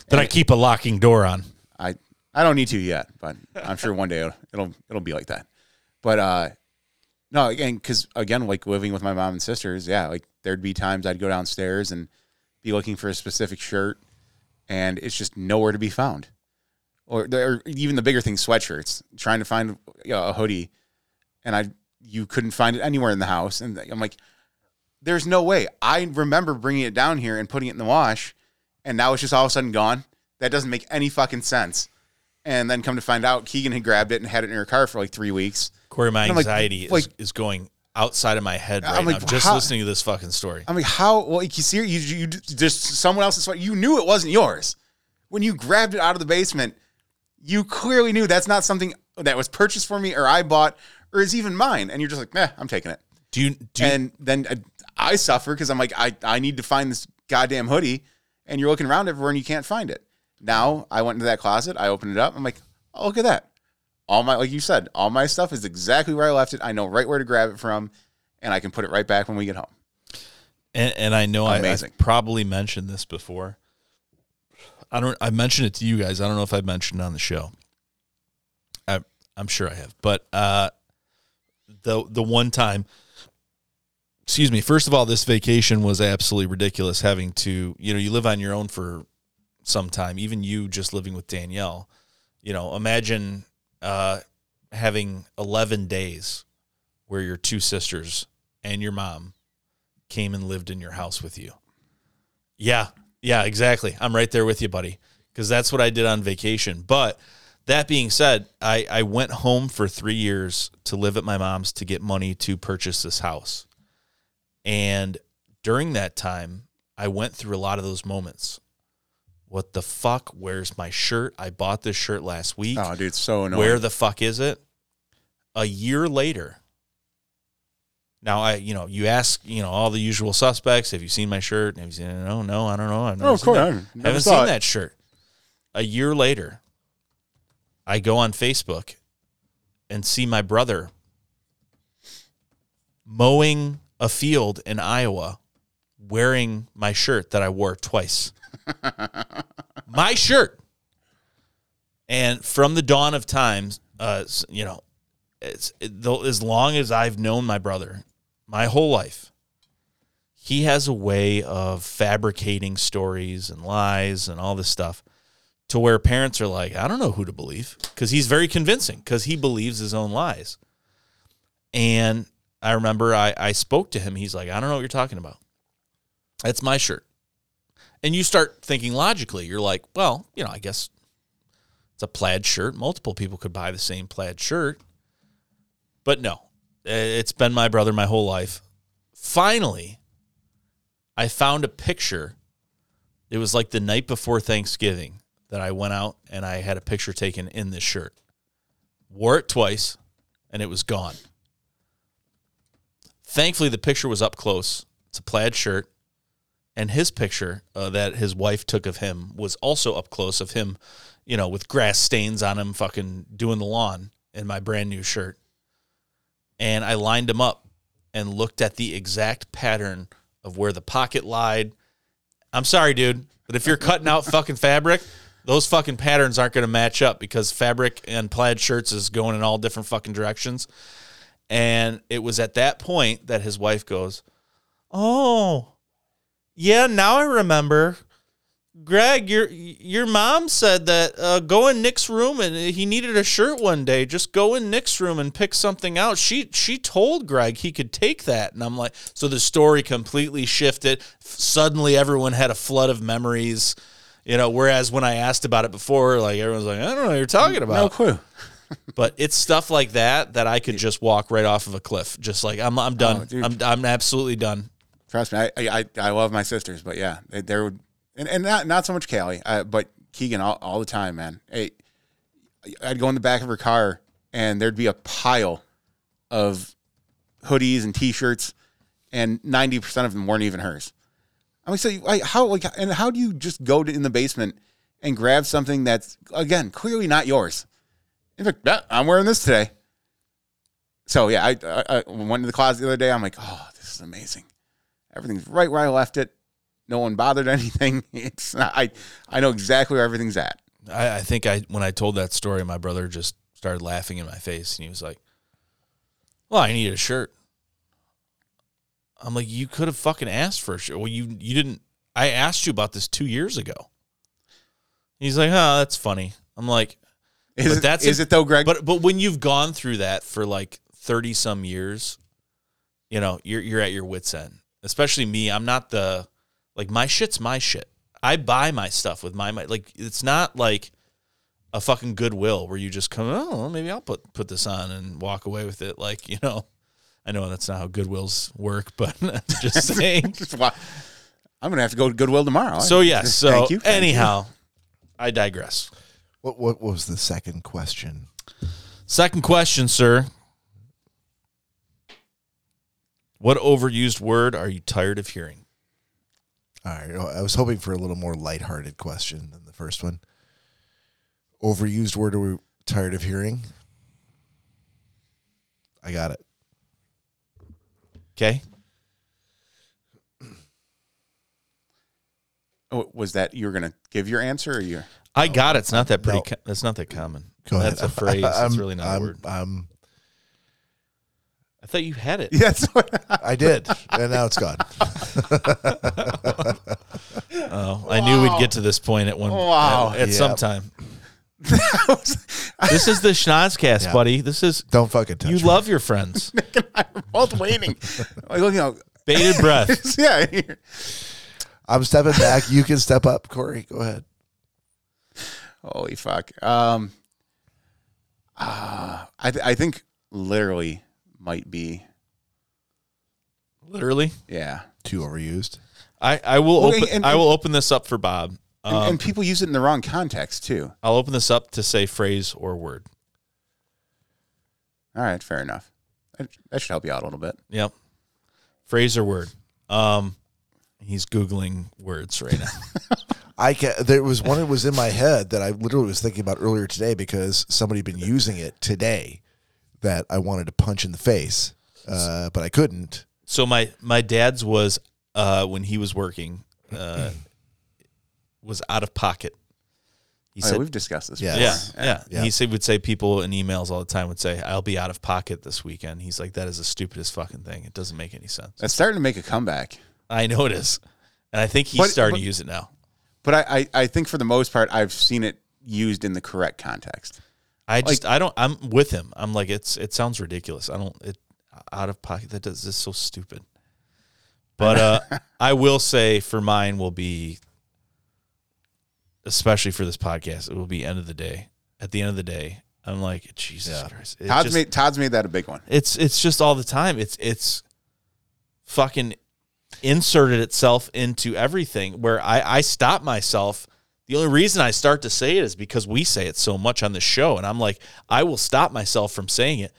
That I keep a locking door on.
I I don't need to yet, but I'm sure one day it'll it'll, it'll be like that. But uh, no, again, because again, like living with my mom and sisters, yeah, like there'd be times I'd go downstairs and be looking for a specific shirt, and it's just nowhere to be found, or, there- or even the bigger thing, sweatshirts, trying to find you know, a hoodie, and I you couldn't find it anywhere in the house, and I'm like, there's no way. I remember bringing it down here and putting it in the wash, and now it's just all of a sudden gone. That doesn't make any fucking sense. And then come to find out, Keegan had grabbed it and had it in her car for like three weeks.
Corey, my
And I'm like,
anxiety is,
like-
is going outside of my head right
I'm like,
now. Just
how-
listening to this fucking story.
I mean, how? Well, like, you see, you, you just someone else's sweat. You knew it wasn't yours when you grabbed it out of the basement. You clearly knew that's not something that was purchased for me or I bought or is even mine. And you're just like, nah, I'm taking it.
Do you do you,
and then uh, I, I suffer because I'm like, I, I need to find this goddamn hoodie. And you're looking around everywhere and you can't find it. Now I went into that closet. I opened it up. I'm like, oh, look at that. All my, like you said, all my stuff is exactly where I left it. I know right where to grab it from. And I can put it right back when we get home.
and, and I know I, I've
Amazing.
probably mentioned this before. I don't. I mentioned it to you guys. I don't know if I mentioned it on the show. I, I'm sure I have, but uh, the the one time, excuse me. First of all, this vacation was absolutely ridiculous. Having to, you know, you live on your own for some time. Even you just living with Danielle, you know, imagine uh, having 11 days where your two sisters and your mom came and lived in your house with you. Yeah. Yeah, exactly. I'm right there with you, buddy, because that's what I did on vacation. But that being said, I, I went home for three years to live at my mom's to get money to purchase this house. And during that time, I went through a lot of those moments. What the fuck? Where's my shirt? I bought this shirt last week.
Oh, dude, it's so annoying.
Where the fuck is it? A year later, Now I, you know, you ask, you know, all the usual suspects. Have you seen my shirt? Have you seen? it? No, no, I don't know. I've never
Oh, of
seen
course.
that.
I haven't- never
haven't
saw
seen
it.
that shirt. A year later, I go on Facebook and see my brother mowing a field in Iowa, wearing my shirt that I wore
*laughs*
twice. my shirt. And from the dawn of times, uh, s- you know, it's it, though, as long as I've known my brother, my whole life, he has a way of fabricating stories and lies and all this stuff to where parents are like, I don't know who to believe because he's very convincing because he believes his own lies. And I remember I, I spoke to him. He's like, I don't know what you're talking about. That's my shirt. And you start thinking logically. You're like, well, you know, I guess it's a plaid shirt. Multiple people could buy the same plaid shirt. But no, it's been my brother my whole life. Finally, I found a picture. It was like the night before Thanksgiving that I went out and I had a picture taken in this shirt. Wore it twice and it was gone. Thankfully, the picture was up close. It's a plaid shirt. And his picture uh, that his wife took of him was also up close of him, you know, with grass stains on him, fucking doing the lawn in my brand new shirt and I lined them up and looked at the exact pattern of where the pocket lied. I'm sorry, dude, but if you're cutting out fucking fabric, those fucking patterns aren't going to match up because fabric and plaid shirts is going in all different fucking directions. And it was at that point that his wife goes, "Oh, yeah, now I remember. Greg, your your mom said that uh, go in Nick's room and he needed a shirt one day. Just go in Nick's room and pick something out. She she told Greg he could take that, and I'm like, so the story completely shifted. F- Suddenly, everyone had a flood of memories. You know, whereas when I asked about it before, like everyone's like, I don't know what you're talking about
No clue.
but it's stuff like that that I could just walk right off of a cliff. Just like I'm, I'm done.
dude.
I'm, I'm absolutely done.
Trust me, I I, I- I love my sisters, but yeah, they- there would and, and not not so much Callie, uh, but Keegan all, all the time, man. Hey, I'd go in the back of her car, and there'd be a pile of hoodies and T-shirts, and ninety percent of them weren't even hers. I mean, so you, I, how like and how do you just go to, in the basement and grab something that's again clearly not yours? And like, "Yeah, I'm wearing this today. So yeah, I, I, I went to the closet the other day. I'm like, oh, this is amazing. Everything's right where I left it. No one bothered *laughs* anything. It's not, I I know exactly where everything's at. *laughs*
I, I think I when I told that story, my brother just started laughing in my face, and he was like, "Well, I need a shirt." I'm like, "You could have fucking asked for a shirt. Well, you you didn't. I asked you about this two years ago." He's like, "Huh, that's funny." I'm like,
Is
But
it,
that's
is
a-
it though, Greg?
But but when you've gone through that for like thirty some years, you know you're you're at your wits end. Especially me, I'm not the like my shit's my shit. I buy my stuff with my money. Like it's not like a fucking Goodwill where you just come. Oh, well, maybe I'll put put this on and walk away with it. Like you know, I know that's not how Goodwills work, *laughs* but I'm
*laughs*
just saying.
Just wa- I'm gonna have to go to Goodwill tomorrow.
So yeah. So
Thank you, thank you.
anyhow, I digress.
What what was the second question?
Second question, sir. What overused word are you tired of hearing?
All right, well, I was hoping for a little more lighthearted question than the first one. Overused word are we tired of hearing? I got it.
Okay.
Oh, was that you were gonna give your answer or you? *laughs*
I got it. It's not that pretty.
No.
co- that's not that common.
Go ahead.
that's a phrase.
*laughs*
That's
I'm-
really not
I'm-
a word.
I'm-
I thought you had it.
Yes. *laughs*
I did, and now it's gone.
Oh, I knew we'd get to this point at one.
Wow.
At, at some
Yep.
time. this is the Schnozcast,
Yeah.
buddy. This is.
Don't fucking touch
You
me.
love your friends.
both waiting. *laughs* Like, look, you know, *laughs*
Bated breath.
yeah.
I'm stepping back. You can step up, Corey. Go ahead.
Holy fuck. Um, uh, I th- I think literally might be
Literally.
yeah.
Too overused.
I, I will
Well,
open.
and-
I will open this up for Bob.
And,
Um,
and people use it in the wrong context too.
I'll open this up to say phrase or word.
All right, fair enough. That, that should help you out a little bit.
Yep. Fraser word. Um, he's googling
*laughs*
words right now.
I ca there was one that was in my head that I literally was thinking about earlier today because somebody had been using it today that I wanted to punch in the face, uh, but I couldn't.
so my my dad's was uh, when he was working uh, was out of pocket. He
Oh,
said,
we've discussed this.
Yeah.
before.
yeah, yeah,
Yeah.
He said, would say people in emails all the time would say, "I'll be out of pocket this weekend." He's like, "That is the stupidest fucking thing. It doesn't make any sense."
That's starting to make a comeback.
I know it is, and I think he's
But-
starting
but-
to use it now.
But I, I, I think for the most part, I've seen it used in the correct context.
I just, I don't. I'm with him. I'm like, it's, it sounds ridiculous. I don't. It out of pocket. That does this is so stupid.
*laughs*
But uh, I will say, for mine, will be, especially for this podcast, it will be end of the day. At the end of the day, I'm like, Jesus Christ. It
Todd's,
just-
made, Todd's made that a big one.
It's it's just all the time. It's it's fucking inserted itself into everything where I I stop myself. The only reason I start to say it is because we say it so much on the show, and I'm like, I will stop myself from saying it.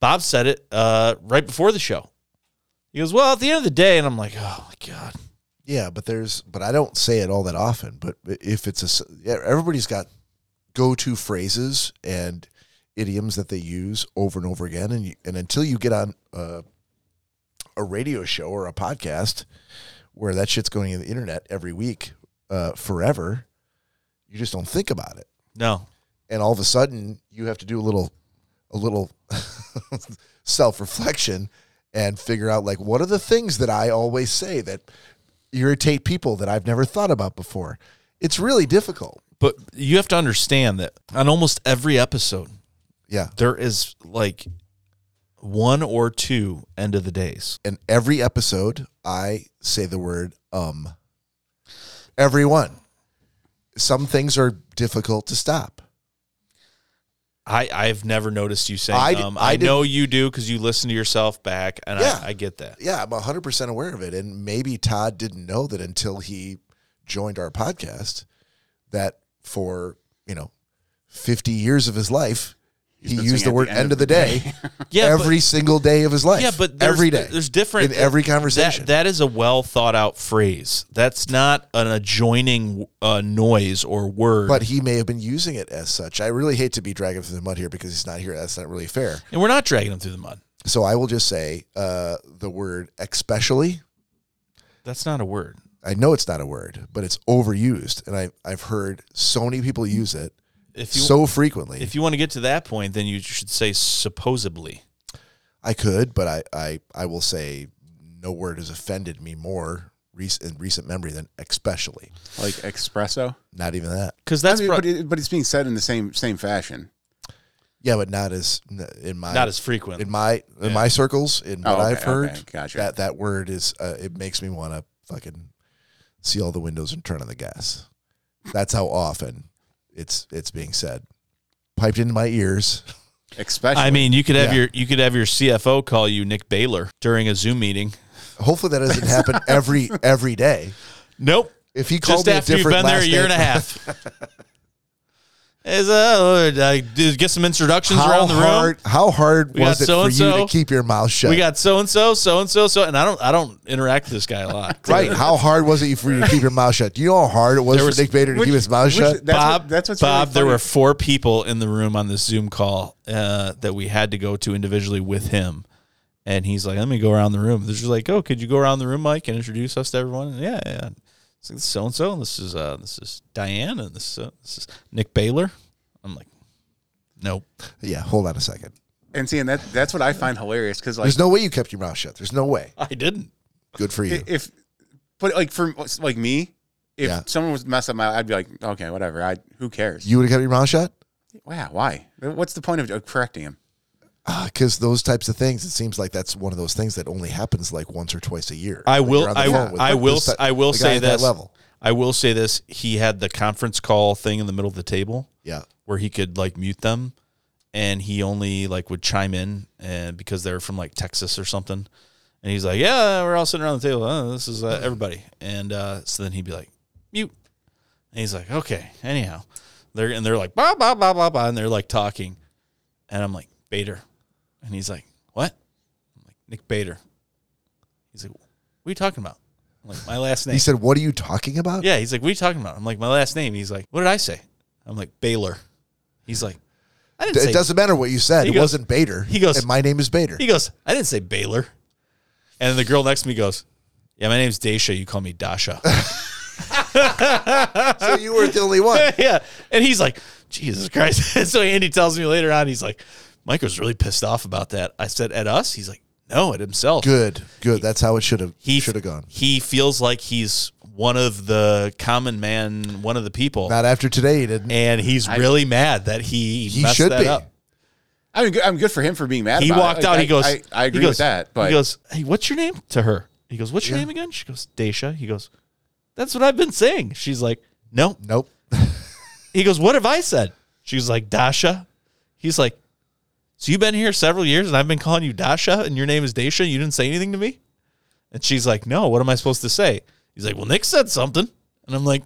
Bob said it uh, right before the show. He goes, "Well, at the end of the day," and I'm like, "Oh my god,
Yeah, but there's, but I don't say it all that often. But if it's a, s- yeah, everybody's got go-to phrases and idioms that they use over and over again, and you, and until you get on uh, a radio show or a podcast where that shit's going in the internet every week uh, forever, you just don't think about it.
no,
and all of a sudden you have to do a little a little *laughs* self-reflection and figure out like what are the things that I always say that irritate people that I've never thought about before. It's really difficult.
But you have to understand that on almost every episode,
Yeah.
there is like one or two end of the days.
And every episode I say the word um everyone. Some things are difficult to stop.
I, I've never noticed you saying
I d-
um.
I
I,
didn't-
know you do because you listen to yourself back, and
Yeah.
I, I get that.
Yeah, I'm 100% aware of it. And maybe Todd didn't know that until he joined our podcast that for, you know, 50 years of his life, he
been
used
saying
the
at
word end of the day
*laughs* Yeah,
every single day of his
but,
life.
yeah, but there's,
every day.
there's different
in every
that-
conversation.
that is a well thought out phrase. That's not an adjoining uh, noise or word.
but he may have been using it as such. I really hate to be dragging through the mud here because he's not here. That's not really fair.
and we're not dragging them through the mud.
So I will just say uh, the word especially.
That's not a word.
I know it's not a word, but it's overused. And I, I've heard so many people use it
If you
so frequently.
if you want to get to that point, then you should say supposedly.
I could, but I, I, I will say no word has offended me more rec- in recent memory than especially.
Like espresso.
Not even that.
Because that's
I mean,
prob-
but, it, but it's being said in the same same fashion.
Yeah, but not as n- in my
not as frequent.
in my in my circles in
Oh,
what
okay,
I've heard.
okay, gotcha.
That that word is uh, it makes me want to fucking see all the windows and turn on the gas. That's how often it's it's being said, piped into my ears.
Especially.
I mean, you could have
Yeah.
your you could have your CFO call you Nick Baylor during a Zoom meeting.
Hopefully that
*laughs*
doesn't happen every every day.
Nope.
If he called
Just
me a
after you've
different
been there a
last
year
name-
and a
*laughs*
half. Is uh, uh, did- get some introductions around the room.
hard, How hard
We
was
got
it for you to
so-and-so.
keep your mouth shut?
We got so and so, so and so, so, and I don't, I don't interact with this guy a lot.
*laughs* right. How hard was it for you to keep your mouth shut? Do you know how hard it was,
There was-
for Nick Bader to keep his mouth
which-
shut?
that's
Bob,
what- that's what's really
Bob. there
funny.
were four people in the room on this Zoom call uh, that we had to go to individually with him, and he's like, "Let me go around the room." They're just like, "Oh, could you go around the room, Mike, and introduce us to everyone?" And, yeah, yeah. It's so and so, and this is uh, this is Diane, and this, uh, this is Nick Baylor. I'm like, nope.
Yeah. Hold on a second.
and seeing that that's what I find hilarious because like
There's no way you kept your mouth shut. There's no way.
I didn't.
Good for you.
if, but like for like me, if
Yeah.
someone was mess up my, I'd be like, okay, whatever. I who cares?
You would have kept your mouth shut
wow, why? What's the point of- of correcting him?
because Ah, those types of things. It seems like that's one of those things that only happens like once or twice a year.
I
Like,
will.
you're on the
I,
phone
will.
with
I
the-
will.
the
s-
si-
I will
the guy
say
at that
this.
level.
I will say this. He had the conference call thing in the middle of the table
Yeah.
where he could like mute them, and he only like would chime in, and because they're from like Texas or something, and he's like, "Yeah, we're all sitting around the table. Uh, this is uh, everybody," and uh, so then he'd be like, "Mute," and he's like, "Okay." Anyhow, they're and they're like, "Bah bah bah bah bah," and they're like talking, and I'm like, "Bader," and he's like, "What?" I'm like, "Nick Bader." He's like, what are you talking about? I'm like, my last name.
He said, "What are you talking about?"
yeah, he's like, what are you talking about? I'm like, my last name. He's like, what did I say? I'm like, Baylor. He's like, I didn't
D-
say
it doesn't matter what you said.
He
It
goes-
wasn't Bader.
he goes-
and my name is Bader.
He goes, I didn't say Baylor. And then the girl next to me goes, Yeah, my name's Daisha. You call
*laughs*
me Dasha. *laughs*
so you weren't the only one.
*laughs* yeah. And he's like, Jesus Christ. *laughs* And so Andy tells me later on, he's like, Mike was really pissed off about that. I said, At us? He's like, No, at himself.
Good, good. That's how it should have.
He
should have gone.
He feels like he's one of the common man, one of the people.
Not after today. He didn't.
and he's really mad that he,
He
messed
should
that
be.
up.
I mean, good- I'm good for him for being mad.
he
about it.
walked
Like,
out.
I-
he goes,
I, I
he
agree
goes,
with that. But
he goes, Hey, what's your name? To her. He goes, What's your name again? She goes, Daisha. He goes, That's what I've been saying. She's like, No.
Nope.
He goes, What have I said? She's like, Dasha. He's like, So you've been here several years and I've been calling you Dasha and your name is Daisha. You didn't say anything to me? And she's like, No, what am I supposed to say? He's like, Well, Nick said something. And I'm like,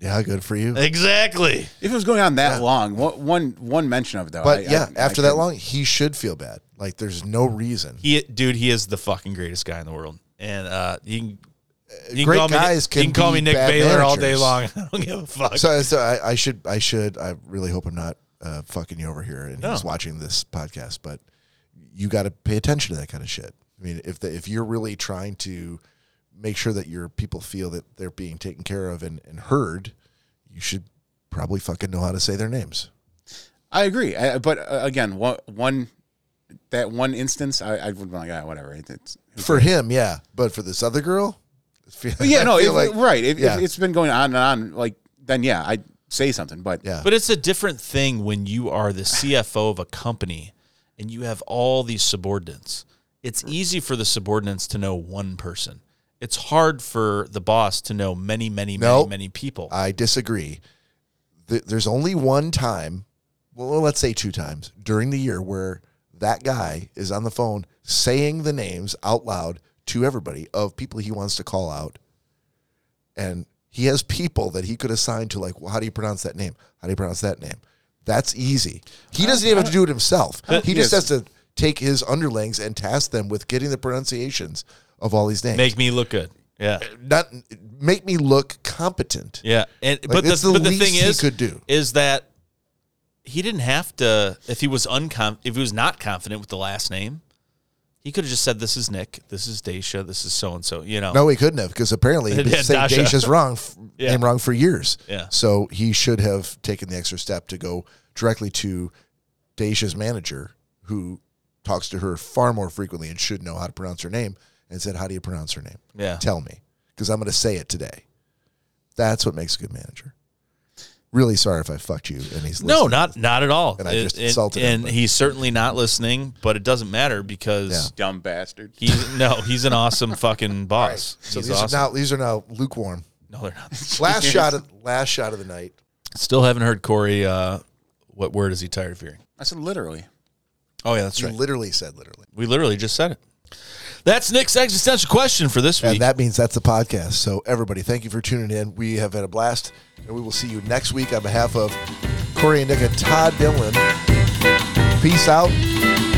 Yeah, good for you.
Exactly.
if it was going on that long, one one one mention of it though.
But
I- I-
yeah,
I
after that
couldn't-
long, he should feel bad. Like there's no reason.
He dude, he is the fucking greatest guy in the world. And uh you can you
Great
can call
guys
me, Nick-
can
you can call
be
me Nick
bad
Baylor all day
managers.
long. *laughs* I don't give a fuck.
So, so I, I should. I should. I really hope I'm not uh, fucking you over here and
No.
he's watching this podcast. But you got to pay attention to that kind of shit. I mean, if the, if you're really trying to make sure that your people feel that they're being taken care of and, and heard, you should probably fucking know how to say their names.
I agree. I, but uh, again, one, one that one instance, I, I would be like, ah, whatever. It, it's
For him, yeah, but for this other girl, *laughs* I feel-
yeah,
*laughs* I
no,
feel
if, right. If,
yeah.
if it's been going on and on, like then yeah, I'd say something. But
yeah,
But it's a different thing when you are the CFO of a company and you have all these subordinates. It's easy for the subordinates to know one person. It's hard for the boss to know many, many, many,
No.
many people.
I disagree. Th- There's only one time, well, let's say two times during the year where that guy is on the phone saying the names out loud to everybody of people he wants to call out. And he has people that he could assign to, like, well, how do you pronounce that name? How do you pronounce that name? That's easy.
Uh,
He doesn't even have to do it himself. He just has to take his underlings and task them with getting the pronunciations of all these names.
Make me look good. Yeah.
Not make me look competent.
Yeah. And but the,
it's the
but the
least
thing
he
is
could do.
is that he didn't have to if he was uncom if he was not confident with the last name, he could have just said this is Nick, this is Daisha, this is so and so, you know.
No, he couldn't have because apparently
*laughs*
he'd been
Yeah,
saying
Dasha.
Dacia's wrong, f-
*laughs* Yeah.
name wrong for years.
Yeah.
So he should have taken the extra step to go directly to Dacia's manager, who talks to her far more frequently and should know how to pronounce her name, and said, "How do you pronounce her name?
Yeah.
Tell me, because I'm going to say it today." That's what makes a good manager. Really sorry if I fucked you. And he's
No,
listening.
not not at all.
And I just insulted him,
and,
but-
he's certainly not listening, but it doesn't matter because
dumb bastard.
he's no, he's
*laughs*
an awesome fucking boss.
So
he's
these
awesome.
are now these are now lukewarm.
no, they're
*laughs*
not. *laughs*
Last shot of last shot of the night.
Still haven't heard Corey. Uh, what word is he tired of hearing?
I said literally.
Oh yeah, that's
You literally said literally,
We literally just said it. That's Nick's existential question for this week.
and that means that's the podcast. So everybody, thank you for tuning in. We have had a blast, and we will see you next week on behalf of Corey and Nick and Todd Dillon. Peace out.